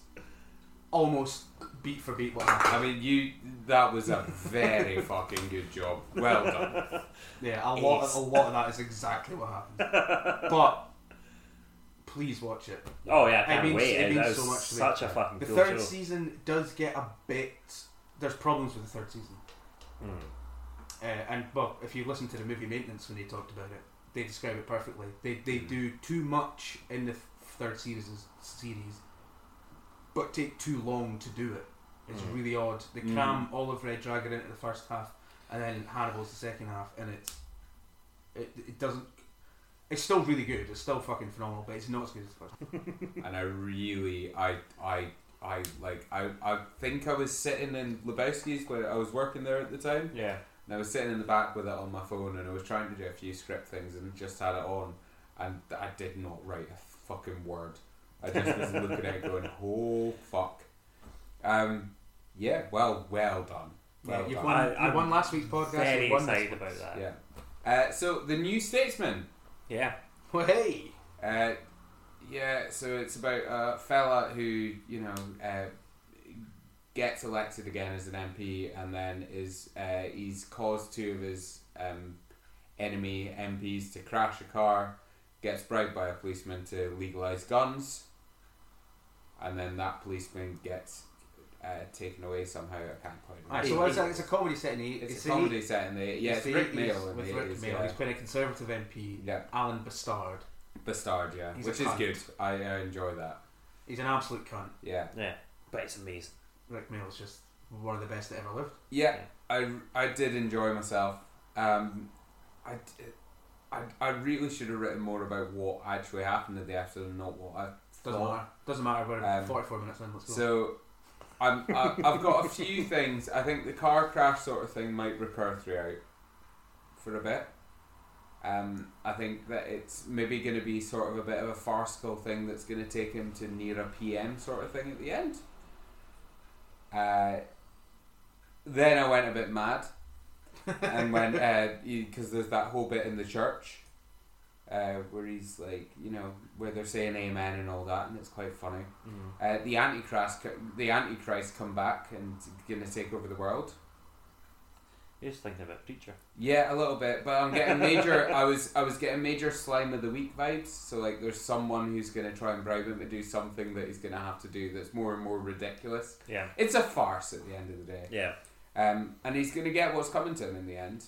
Speaker 2: almost beat for beat what happened.
Speaker 3: I mean, you. That was a very fucking good job. Well done.
Speaker 2: Yeah, a lot,
Speaker 1: Ace.
Speaker 2: a lot of that is exactly what happened. But please watch it.
Speaker 1: Oh yeah, I
Speaker 2: It
Speaker 1: can't
Speaker 2: means-
Speaker 1: wait.
Speaker 2: it means
Speaker 1: that was
Speaker 2: so much to me.
Speaker 1: such a fucking
Speaker 2: The
Speaker 1: cool
Speaker 2: third
Speaker 1: show.
Speaker 2: season does get a bit. There's problems with the third season.
Speaker 1: Mm.
Speaker 2: Uh, and well, if you listen to the movie maintenance when they talked about it, they describe it perfectly. They they
Speaker 3: Hmm.
Speaker 2: do too much in the third series series, but take too long to do it. It's
Speaker 1: Mm.
Speaker 2: really odd. They
Speaker 3: Mm.
Speaker 2: cram all of Red Dragon into the first half, and then Hannibal's the second half, and it's it, it doesn't. It's still really good. It's still fucking phenomenal, but it's not as good as the first.
Speaker 3: and I really, I, I, I like, I, I think I was sitting in Lebowski's where I was working there at the time,
Speaker 1: Yeah,
Speaker 3: and I was sitting in the back with it on my phone, and I was trying to do a few script things, and just had it on, and I did not write a fucking word. I just was looking at it going, oh fuck. Um, yeah, well, well done. Well
Speaker 2: Yeah, you've
Speaker 3: done.
Speaker 2: won,
Speaker 1: I-
Speaker 2: you
Speaker 1: I'm
Speaker 2: won last week's podcast.
Speaker 1: very
Speaker 2: you won this
Speaker 1: excited
Speaker 2: week's.
Speaker 1: about that.
Speaker 3: Yeah. Uh, so the New Statesman.
Speaker 1: Yeah,
Speaker 2: Well, hey,
Speaker 3: Uh, yeah, so it's about a fella who, you know, uh, gets elected again as an MP and then is uh, he's caused two of his um, enemy MPs to crash a car, gets bribed by a policeman to legalise guns, and then that policeman gets uh, taken away somehow. I can't quite remember.
Speaker 2: Aye, so it's a, it's a comedy set in the
Speaker 3: It's, a
Speaker 2: the
Speaker 3: comedy set in the yeah, it's
Speaker 2: the
Speaker 3: Rick
Speaker 2: 80s
Speaker 3: Mail in the
Speaker 2: with Rick
Speaker 3: 80s,
Speaker 2: Mail.
Speaker 3: yeah.
Speaker 2: He's playing a conservative MP,
Speaker 3: yeah,
Speaker 2: Alan Bastard.
Speaker 3: Bastard, yeah,
Speaker 2: He's a
Speaker 3: which is
Speaker 2: cunt.
Speaker 3: good. I, I enjoy that.
Speaker 2: He's an absolute cunt.
Speaker 3: Yeah.
Speaker 1: yeah, but it's amazing.
Speaker 2: Rick Mail's just one of the best that ever lived.
Speaker 3: Yeah, I, I did enjoy myself. Um, I, d- I, I really should have written more about what actually happened in the episode and not what I
Speaker 2: Doesn't
Speaker 3: thought.
Speaker 2: matter. Doesn't matter. We're
Speaker 3: Um,
Speaker 2: 44 minutes in. Let's go.
Speaker 3: So I'm, I, I've got a few things. I think the car crash sort of thing might recur throughout for a bit. Um, I think that it's maybe going to be sort of a bit of a farcical thing that's going to take him to near a PM sort of thing at the end. Uh, then I went a bit mad. and when because there's that whole bit in the church uh, where he's like, you know, where they're saying amen and all that, and it's quite funny.
Speaker 1: Mm.
Speaker 3: Uh, the Antichrist, the Antichrist, come back and going to take over the world.
Speaker 1: You're just thinking about Preacher.
Speaker 3: Yeah, a little bit, but I'm getting major. I was I was getting major slime of the week vibes. So like, there's someone who's going to try and bribe him to do something that he's going to have to do that's more and more ridiculous.
Speaker 1: Yeah.
Speaker 3: It's a farce at the end of the day.
Speaker 1: Yeah.
Speaker 3: Um, and he's going to get what's coming to him in the end.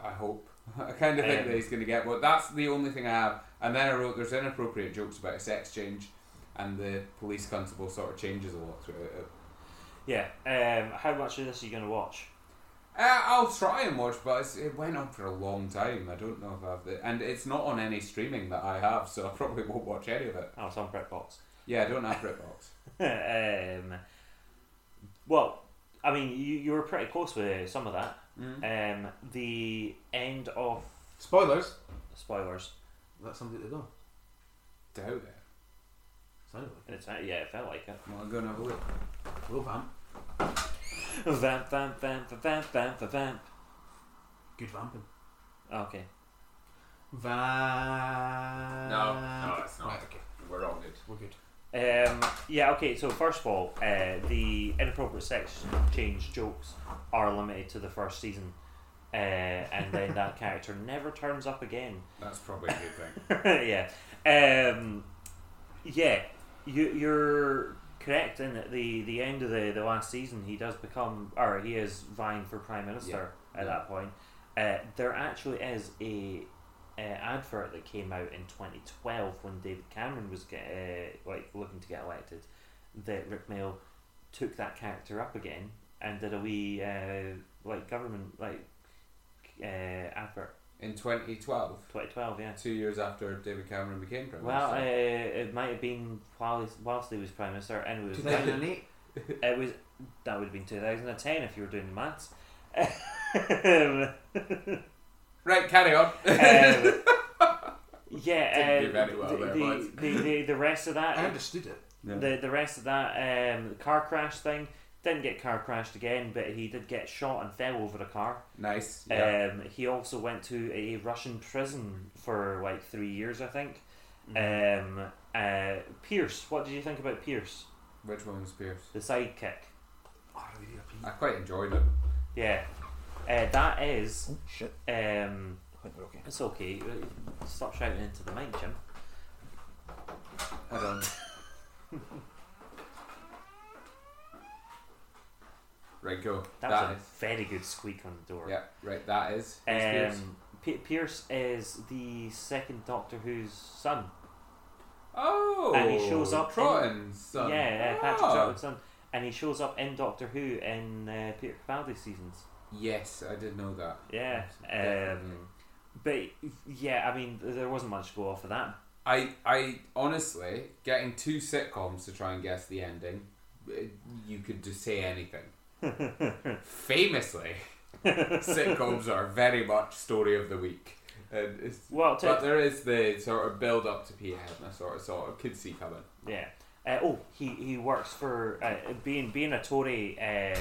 Speaker 3: I hope. I kind of think
Speaker 1: Um,
Speaker 3: that he's going to get what. That's the only thing I have. And then I wrote there's inappropriate jokes about a sex change, and the police constable sort of changes a lot throughout it.
Speaker 1: Yeah. Um, how much of this are you going to watch?
Speaker 3: Uh, I'll try and watch, but it's, it went on for a long time. I don't know if I've. The, and it's not on any streaming that I have, so I probably won't watch any of it.
Speaker 1: Oh, it's on Britbox.
Speaker 3: Yeah, I don't have BritBox.
Speaker 1: um, well, I mean, you, you were pretty close with some of that.
Speaker 3: Mm.
Speaker 1: Um, the end of
Speaker 2: Spoilers.
Speaker 1: spoilers.
Speaker 2: That's something to do.
Speaker 3: Doubt it.
Speaker 2: Sounded
Speaker 1: It's, yeah, it felt like it.
Speaker 3: Well, I'll go and have a look.
Speaker 2: like Will vamp.
Speaker 1: Vamp, vamp, vamp, vamp, vamp, vamp.
Speaker 2: Good vamping.
Speaker 1: Okay.
Speaker 2: Vamp.
Speaker 3: it's
Speaker 2: Right, okay.
Speaker 3: We're all good.
Speaker 2: We're good.
Speaker 1: Um, yeah, okay, so first of all, uh, the inappropriate sex change jokes are limited to the first season, uh, and then that character never turns up again.
Speaker 3: That's probably a good thing.
Speaker 1: yeah. Um, yeah, you, you're correct in that the, the end of the, the last season, he does become, or he is vying for Prime Minister at
Speaker 3: yeah.
Speaker 1: that point. Uh, there actually is a uh, advert that came out in 2012 when David Cameron was get, uh, like looking to get elected that Rick Mail took that character up again and did a wee uh, like government like uh, advert
Speaker 3: In 2012,
Speaker 1: 2012 yeah
Speaker 3: two years after David Cameron became prime
Speaker 1: Well, uh,
Speaker 3: minister.
Speaker 1: it might have been whilst, whilst he was prime minister, and it was
Speaker 2: 2008.
Speaker 1: it was that would have been 2010 if you were doing the maths. Um,
Speaker 3: right, carry on.
Speaker 1: yeah,
Speaker 3: Didn't do
Speaker 1: uh,
Speaker 3: very well
Speaker 1: the,
Speaker 3: there,
Speaker 1: the,
Speaker 3: but-
Speaker 1: the, the, the rest of that,
Speaker 2: I understood it.
Speaker 1: the the rest of that um, car crash thing didn't get car crashed again, but he did get shot and fell over a car.
Speaker 3: Nice. Yeah.
Speaker 1: Um, he also went to a Russian prison for like three years, I think. Um, uh, Pierce, what did you think about Pierce,
Speaker 3: Which one was Pierce?
Speaker 1: the sidekick?
Speaker 2: Oh, I really need a pee.
Speaker 3: I quite enjoyed it.
Speaker 1: Yeah. Uh, that is.
Speaker 4: Oh, shit.
Speaker 1: Um,
Speaker 4: I think we're okay.
Speaker 1: it's okay. Stop shouting into the mic, Jim.
Speaker 3: I don't. right, go.
Speaker 1: That,
Speaker 3: That
Speaker 1: was
Speaker 3: is-
Speaker 1: a very good squeak on the door.
Speaker 3: Yeah, right. That is. Who's Pierce?
Speaker 1: Um, P- Pierce is the second Doctor Who's son.
Speaker 3: Oh,
Speaker 1: and he shows up in-
Speaker 3: Troughton's son.
Speaker 1: Yeah, uh, Patrick
Speaker 3: Ah.
Speaker 1: Troughton's son. And he shows up in Doctor Who in uh, Peter Capaldi seasons.
Speaker 3: Yes, I did know that.
Speaker 1: Yeah.
Speaker 3: Definitely.
Speaker 1: Um, but yeah, I mean, there wasn't much to go off of that.
Speaker 3: I, I honestly getting two sitcoms to try and guess the ending. eh, You could just say anything. Famously, sitcoms are very much story of the week, and it's,
Speaker 1: Well, to,
Speaker 3: but there is the sort of build up to Peter and I sort of sort of could see coming.
Speaker 1: Yeah. Uh, oh, he, he works for uh, being being a Tory uh,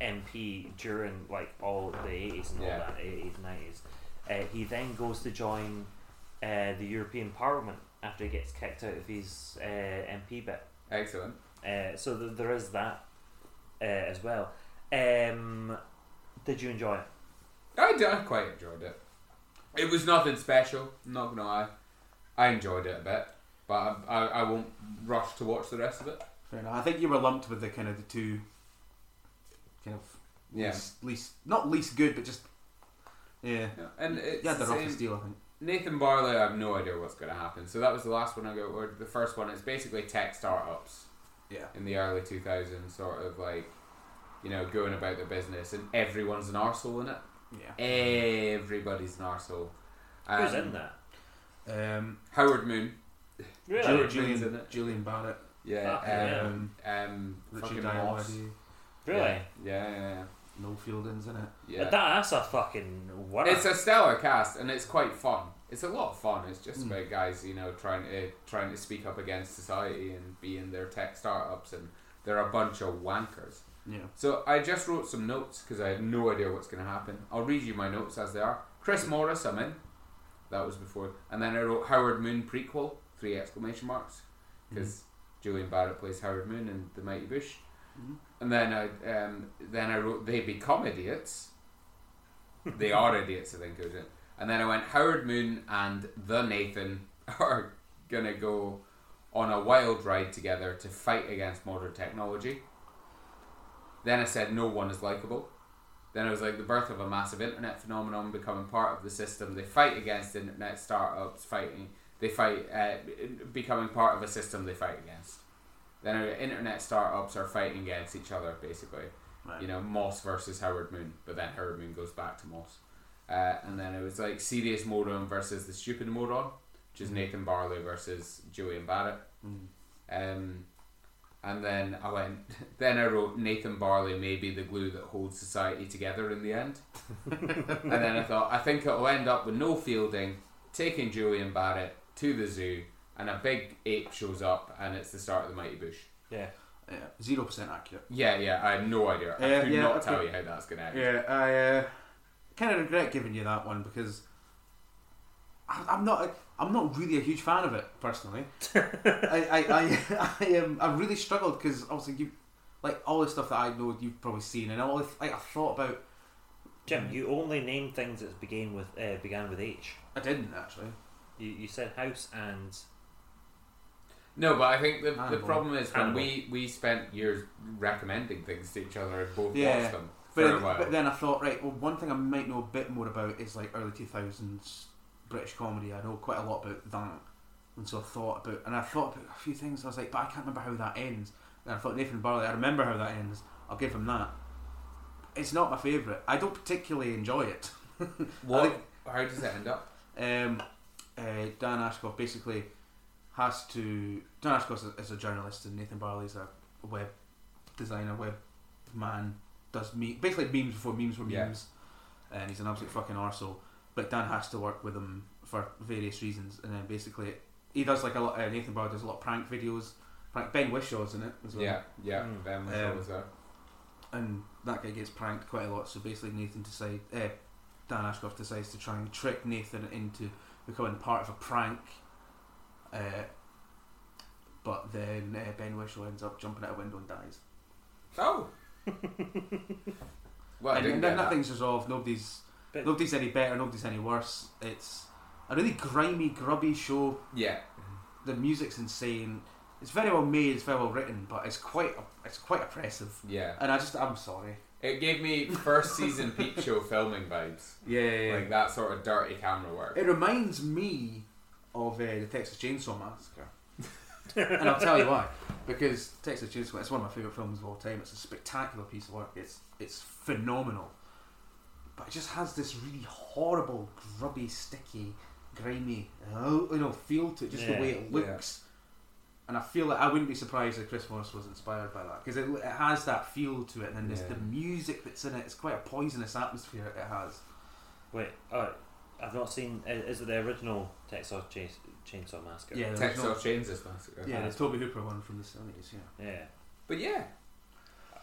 Speaker 1: MP during like all the eighties and
Speaker 3: Yeah.
Speaker 1: all that eighties nineties. Uh, he then goes to join uh, the European Parliament after he gets kicked out of his uh, MP bit.
Speaker 3: Excellent.
Speaker 1: Uh, so th- there is that uh, as well. Um, did you enjoy it?
Speaker 3: I, d- I quite enjoyed it. It was nothing special, not gonna lie. I enjoyed it a bit, but I, I, I won't rush to watch the rest of it.
Speaker 2: Fair enough. I think you were lumped with the kind of the two kind of
Speaker 3: Yeah.
Speaker 2: least, least not least good, but just yeah.
Speaker 3: Yeah, And it's
Speaker 2: yeah,
Speaker 3: the
Speaker 2: the
Speaker 3: same-
Speaker 2: office deal, I think.
Speaker 3: Nathan Barley, I have no idea what's going to happen. So that was the last one I got, or the first one. It's basically tech startups
Speaker 2: Yeah.
Speaker 3: in the early 2000s, sort of like, you know, going about their business, and everyone's an arsehole in
Speaker 2: Yeah.
Speaker 3: it. Everybody's an arsehole. Um,
Speaker 1: Who's in that?
Speaker 2: Um,
Speaker 3: Howard Moon.
Speaker 1: Really?
Speaker 2: Ju-
Speaker 3: George Baines in
Speaker 2: Julian,
Speaker 3: it.
Speaker 2: Julian Barrett,
Speaker 1: Ah,
Speaker 3: Yeah.
Speaker 1: Fucking
Speaker 3: Um,
Speaker 2: um,
Speaker 3: um,
Speaker 2: Richard
Speaker 3: fucking Moss.
Speaker 2: Diamadi,
Speaker 1: Really?
Speaker 3: Yeah, yeah, yeah.
Speaker 2: No Fielding's in it.
Speaker 3: yeah.
Speaker 1: That, that's a fucking winner.
Speaker 3: It's a stellar cast, and it's quite fun. It's a lot of fun. It's just
Speaker 2: Mm.
Speaker 3: about guys, you know, trying to trying to speak up against society and be in their tech startups, and they're a bunch of wankers.
Speaker 2: Yeah.
Speaker 3: So I just wrote some notes because I had no idea what's going to happen. I'll read you my notes as they are. Chris Morris, I'm in. That was before. And then I wrote Howard Moon prequel, three exclamation marks, because Julian Barrett plays Howard Moon in The Mighty Bush.
Speaker 2: Mhm.
Speaker 3: And then I um, then I wrote They Become Idiots. they are idiots, I think it was it. And then I went Howard Moon and the Nathan are gonna go on a wild ride together to fight against modern technology. Then I said no one is likable. Then I was like the birth of a massive internet phenomenon becoming part of the system. They fight against internet startups fighting. They fight uh, becoming part of a system they fight against. Then our internet startups are fighting against each other basically.
Speaker 2: Right.
Speaker 3: You know Moss versus Howard Moon, but then Howard Moon goes back to Moss. Uh, and then it was like serious moron versus the stupid moron, which is Nathan Barley versus Julian Barrett.
Speaker 2: Mm.
Speaker 3: Um, and then I went. Then I wrote Nathan Barley may be the glue that holds society together in the end. and then I thought I think it'll end up with no fielding, taking Julian Barrett to the zoo, and a big ape shows up, and it's the start of the Mighty Bush.
Speaker 1: Yeah.
Speaker 2: Yeah. Zero percent accurate.
Speaker 3: Yeah, yeah, I have no idea. I
Speaker 2: Yeah,
Speaker 3: could
Speaker 2: yeah,
Speaker 3: not
Speaker 2: okay.
Speaker 3: tell you how that's gonna end.
Speaker 2: Yeah, I uh, kind of regret giving you that one because I, I'm not. a- I'm not really a huge fan of it personally. I I I, I, um, I really struggled because obviously you like all the stuff that I know you've probably seen and all the, like I thought about.
Speaker 1: Jim, you only named things that began with uh, began with H.
Speaker 2: I didn't actually.
Speaker 1: You, you said house and
Speaker 3: No, but I think the, the
Speaker 2: Hannibal.
Speaker 3: problem is when
Speaker 1: Hannibal.
Speaker 3: we, we spent years recommending things to each other and both
Speaker 2: Yeah,
Speaker 3: watched them for
Speaker 2: But,
Speaker 3: a while.
Speaker 2: but then I thought, right, well, one thing I might know a bit more about is like early 2000s British comedy. I know quite a lot about that. And so I thought about, and I thought about a few things. I was like, but I can't remember how that ends. And I thought, Nathan Barley, I remember how that ends. I'll give him that. It's not my favourite. I don't particularly enjoy it.
Speaker 3: what?
Speaker 2: I think-
Speaker 3: how does it end up?
Speaker 2: um, uh, Dan Ashcroft basically has to. Dan Ashcroft is a, is a journalist, and Nathan Barley's a web designer, web man. Does me basically memes before memes were
Speaker 3: Yeah.
Speaker 2: memes, and he's an absolute fucking arsehole. But Dan has to work with him for various reasons, and then basically he does like a lot. Uh, Nathan Barley does a lot of prank videos. Prank, ben Wishaw's in it as well,
Speaker 3: Yeah, yeah.
Speaker 1: Mm.
Speaker 3: Ben was
Speaker 2: Um,
Speaker 3: always there.
Speaker 2: and that guy gets pranked quite a lot. So basically, Nathan decides, uh, Dan Ashcroft decides to try and trick Nathan into becoming part of a prank. Uh, but then uh, Ben Whishaw ends up jumping out a window and dies.
Speaker 3: Oh. well, I
Speaker 2: and and
Speaker 3: didn't
Speaker 2: then
Speaker 3: get that.
Speaker 2: nothing's resolved. Nobody's
Speaker 1: But-
Speaker 2: nobody's any better. Nobody's any worse. It's a really grimy, grubby show.
Speaker 3: Yeah,
Speaker 2: The music's insane. It's very well made. It's very well written, but it's quite it's quite oppressive.
Speaker 3: yeah.
Speaker 2: And I just I'm sorry.
Speaker 3: It gave me first season peep show filming vibes,
Speaker 2: Yeah,
Speaker 3: like that sort of dirty camera work.
Speaker 2: It reminds me of uh, the Texas Chainsaw Massacre. and I'll tell you why. Because Texas Chainsaw it's one of my favourite films of all time. It's a spectacular piece of work. It's it's phenomenal. But it just has this really horrible, grubby, sticky, grimy, uh, you know, feel to it. Just
Speaker 1: Yeah,
Speaker 2: the way it
Speaker 3: yeah.
Speaker 2: looks. And I feel like I wouldn't be surprised if Chris Morris was inspired by that because it, it has that feel to it, and then there's the
Speaker 3: Yeah.
Speaker 2: music that's in it. It's quite a poisonous atmosphere it has.
Speaker 1: wait. Oh, I've not seen. i- Is it the original Texas Chase, Chainsaw Massacre?
Speaker 2: Yeah, there's
Speaker 3: Texas
Speaker 2: no-
Speaker 3: Chains is massacre.
Speaker 2: Yeah, the Toby Hooper one from the seventies. Yeah.
Speaker 1: Yeah.
Speaker 3: But yeah,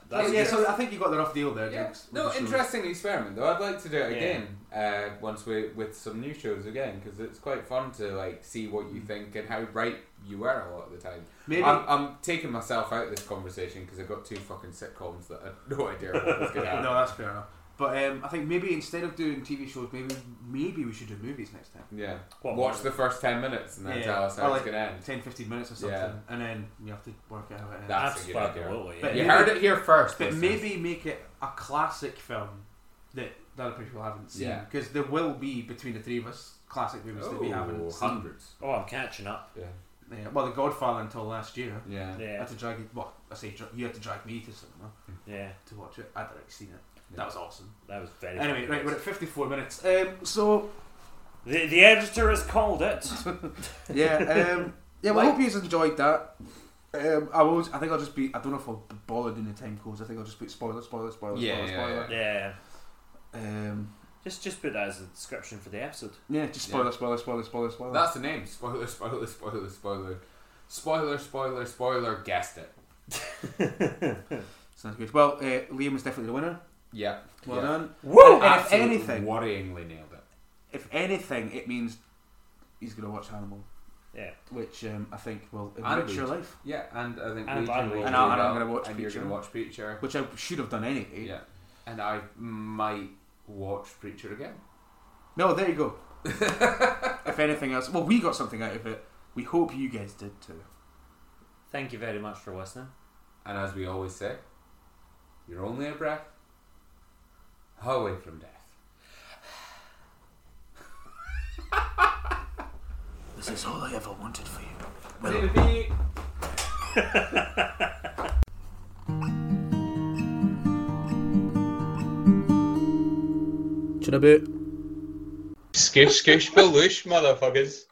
Speaker 1: That's,
Speaker 3: Oh,
Speaker 2: yeah,
Speaker 3: good.
Speaker 2: so I think you got the rough deal there.
Speaker 3: yeah.
Speaker 2: Jinx, with
Speaker 3: No,
Speaker 2: the shows.
Speaker 3: interesting experiment though. I'd like to do it
Speaker 1: Yeah.
Speaker 3: again uh, once we with some new shows again because it's quite fun to like see what you think and how right you were a lot of the time.
Speaker 2: Mm. Maybe
Speaker 3: I'm, I'm taking myself out of this conversation because I've got two fucking sitcoms that I had no idea what was going to happen.
Speaker 2: no, that's fair enough. But um, I think maybe instead of doing TV shows, maybe maybe we should do movies next time.
Speaker 3: Yeah.
Speaker 1: What
Speaker 3: Watch
Speaker 1: was
Speaker 3: the first 10 minutes and then
Speaker 2: Yeah.
Speaker 3: tell us how
Speaker 2: Or
Speaker 3: it's
Speaker 2: like-
Speaker 3: going to end.
Speaker 2: 10, 15 minutes or something,
Speaker 3: Yeah.
Speaker 2: and then you have to work out how it ends.
Speaker 3: That-
Speaker 1: That's
Speaker 3: That's a good idea.
Speaker 1: Absolutely.
Speaker 2: But
Speaker 1: Yeah.
Speaker 3: You
Speaker 2: maybe-
Speaker 3: heard it here first.
Speaker 2: but
Speaker 3: listeners.
Speaker 2: maybe make it a classic film that the other people haven't seen
Speaker 3: Yeah.
Speaker 2: because there will be between the three of us classic movies that we
Speaker 3: Ooh,
Speaker 2: haven't seen.
Speaker 3: hundreds.
Speaker 1: Oh, I'm catching up.
Speaker 3: Yeah.
Speaker 2: Yeah, well, The Godfather until last year.
Speaker 3: Yeah.
Speaker 2: I
Speaker 1: Yeah.
Speaker 2: had to drag you. Well, I say dra- you had to drag me to cinema
Speaker 1: Yeah.
Speaker 2: to watch it. I'd already seen it.
Speaker 3: Yeah.
Speaker 2: That was awesome.
Speaker 1: That was very.
Speaker 2: Anyway, right, we're at 54 minutes. Um, so,
Speaker 1: The, the editor has called it.
Speaker 2: yeah, um, yeah, we
Speaker 3: Like-
Speaker 2: hope you've enjoyed that. Um, I will. I think I'll just be. I don't know if I'll bother doing the time codes. I think I'll just put spoiler, spoiler, spoiler,
Speaker 3: Yeah,
Speaker 2: spoiler,
Speaker 3: yeah,
Speaker 2: spoiler.
Speaker 1: Yeah.
Speaker 2: Um,
Speaker 1: Just just put that as a description for the episode.
Speaker 2: yeah, just spoiler, spoiler, spoiler, spoiler, spoiler.
Speaker 3: That's the name. Spoiler, spoiler, spoiler, spoiler. Spoiler, spoiler, spoiler, guessed it.
Speaker 2: Sounds good. Well, uh, Liam was definitely the winner.
Speaker 3: Yeah.
Speaker 2: Well
Speaker 3: yeah.
Speaker 2: done.
Speaker 1: Woo!
Speaker 2: And if
Speaker 3: Absolutely
Speaker 2: anything-
Speaker 3: worryingly nailed it.
Speaker 2: If anything, it means he's going to watch Hannibal,
Speaker 1: Yeah.
Speaker 2: which um, I think will
Speaker 3: And
Speaker 2: enrich your
Speaker 3: Weed.
Speaker 2: life.
Speaker 3: Yeah, and I think
Speaker 1: And
Speaker 3: we
Speaker 1: Bradley.
Speaker 3: can
Speaker 1: And
Speaker 2: I- and I'm
Speaker 3: well,
Speaker 2: gonna watch
Speaker 3: and you're going
Speaker 2: Preacher.
Speaker 3: to watch Preacher.
Speaker 2: Which I should have done anyway.
Speaker 3: Yeah, and I might watch Preacher again.
Speaker 2: No, there you go. if anything else, well, we got something out of it. We hope you guys did too.
Speaker 1: Thank you very much for listening.
Speaker 3: And as we always say, you're only a breath away from death.
Speaker 2: This is all I ever wanted for you.
Speaker 3: Baby.
Speaker 4: Chinaboo.
Speaker 5: Skoosh, skoosh, baloosh, motherfuckers.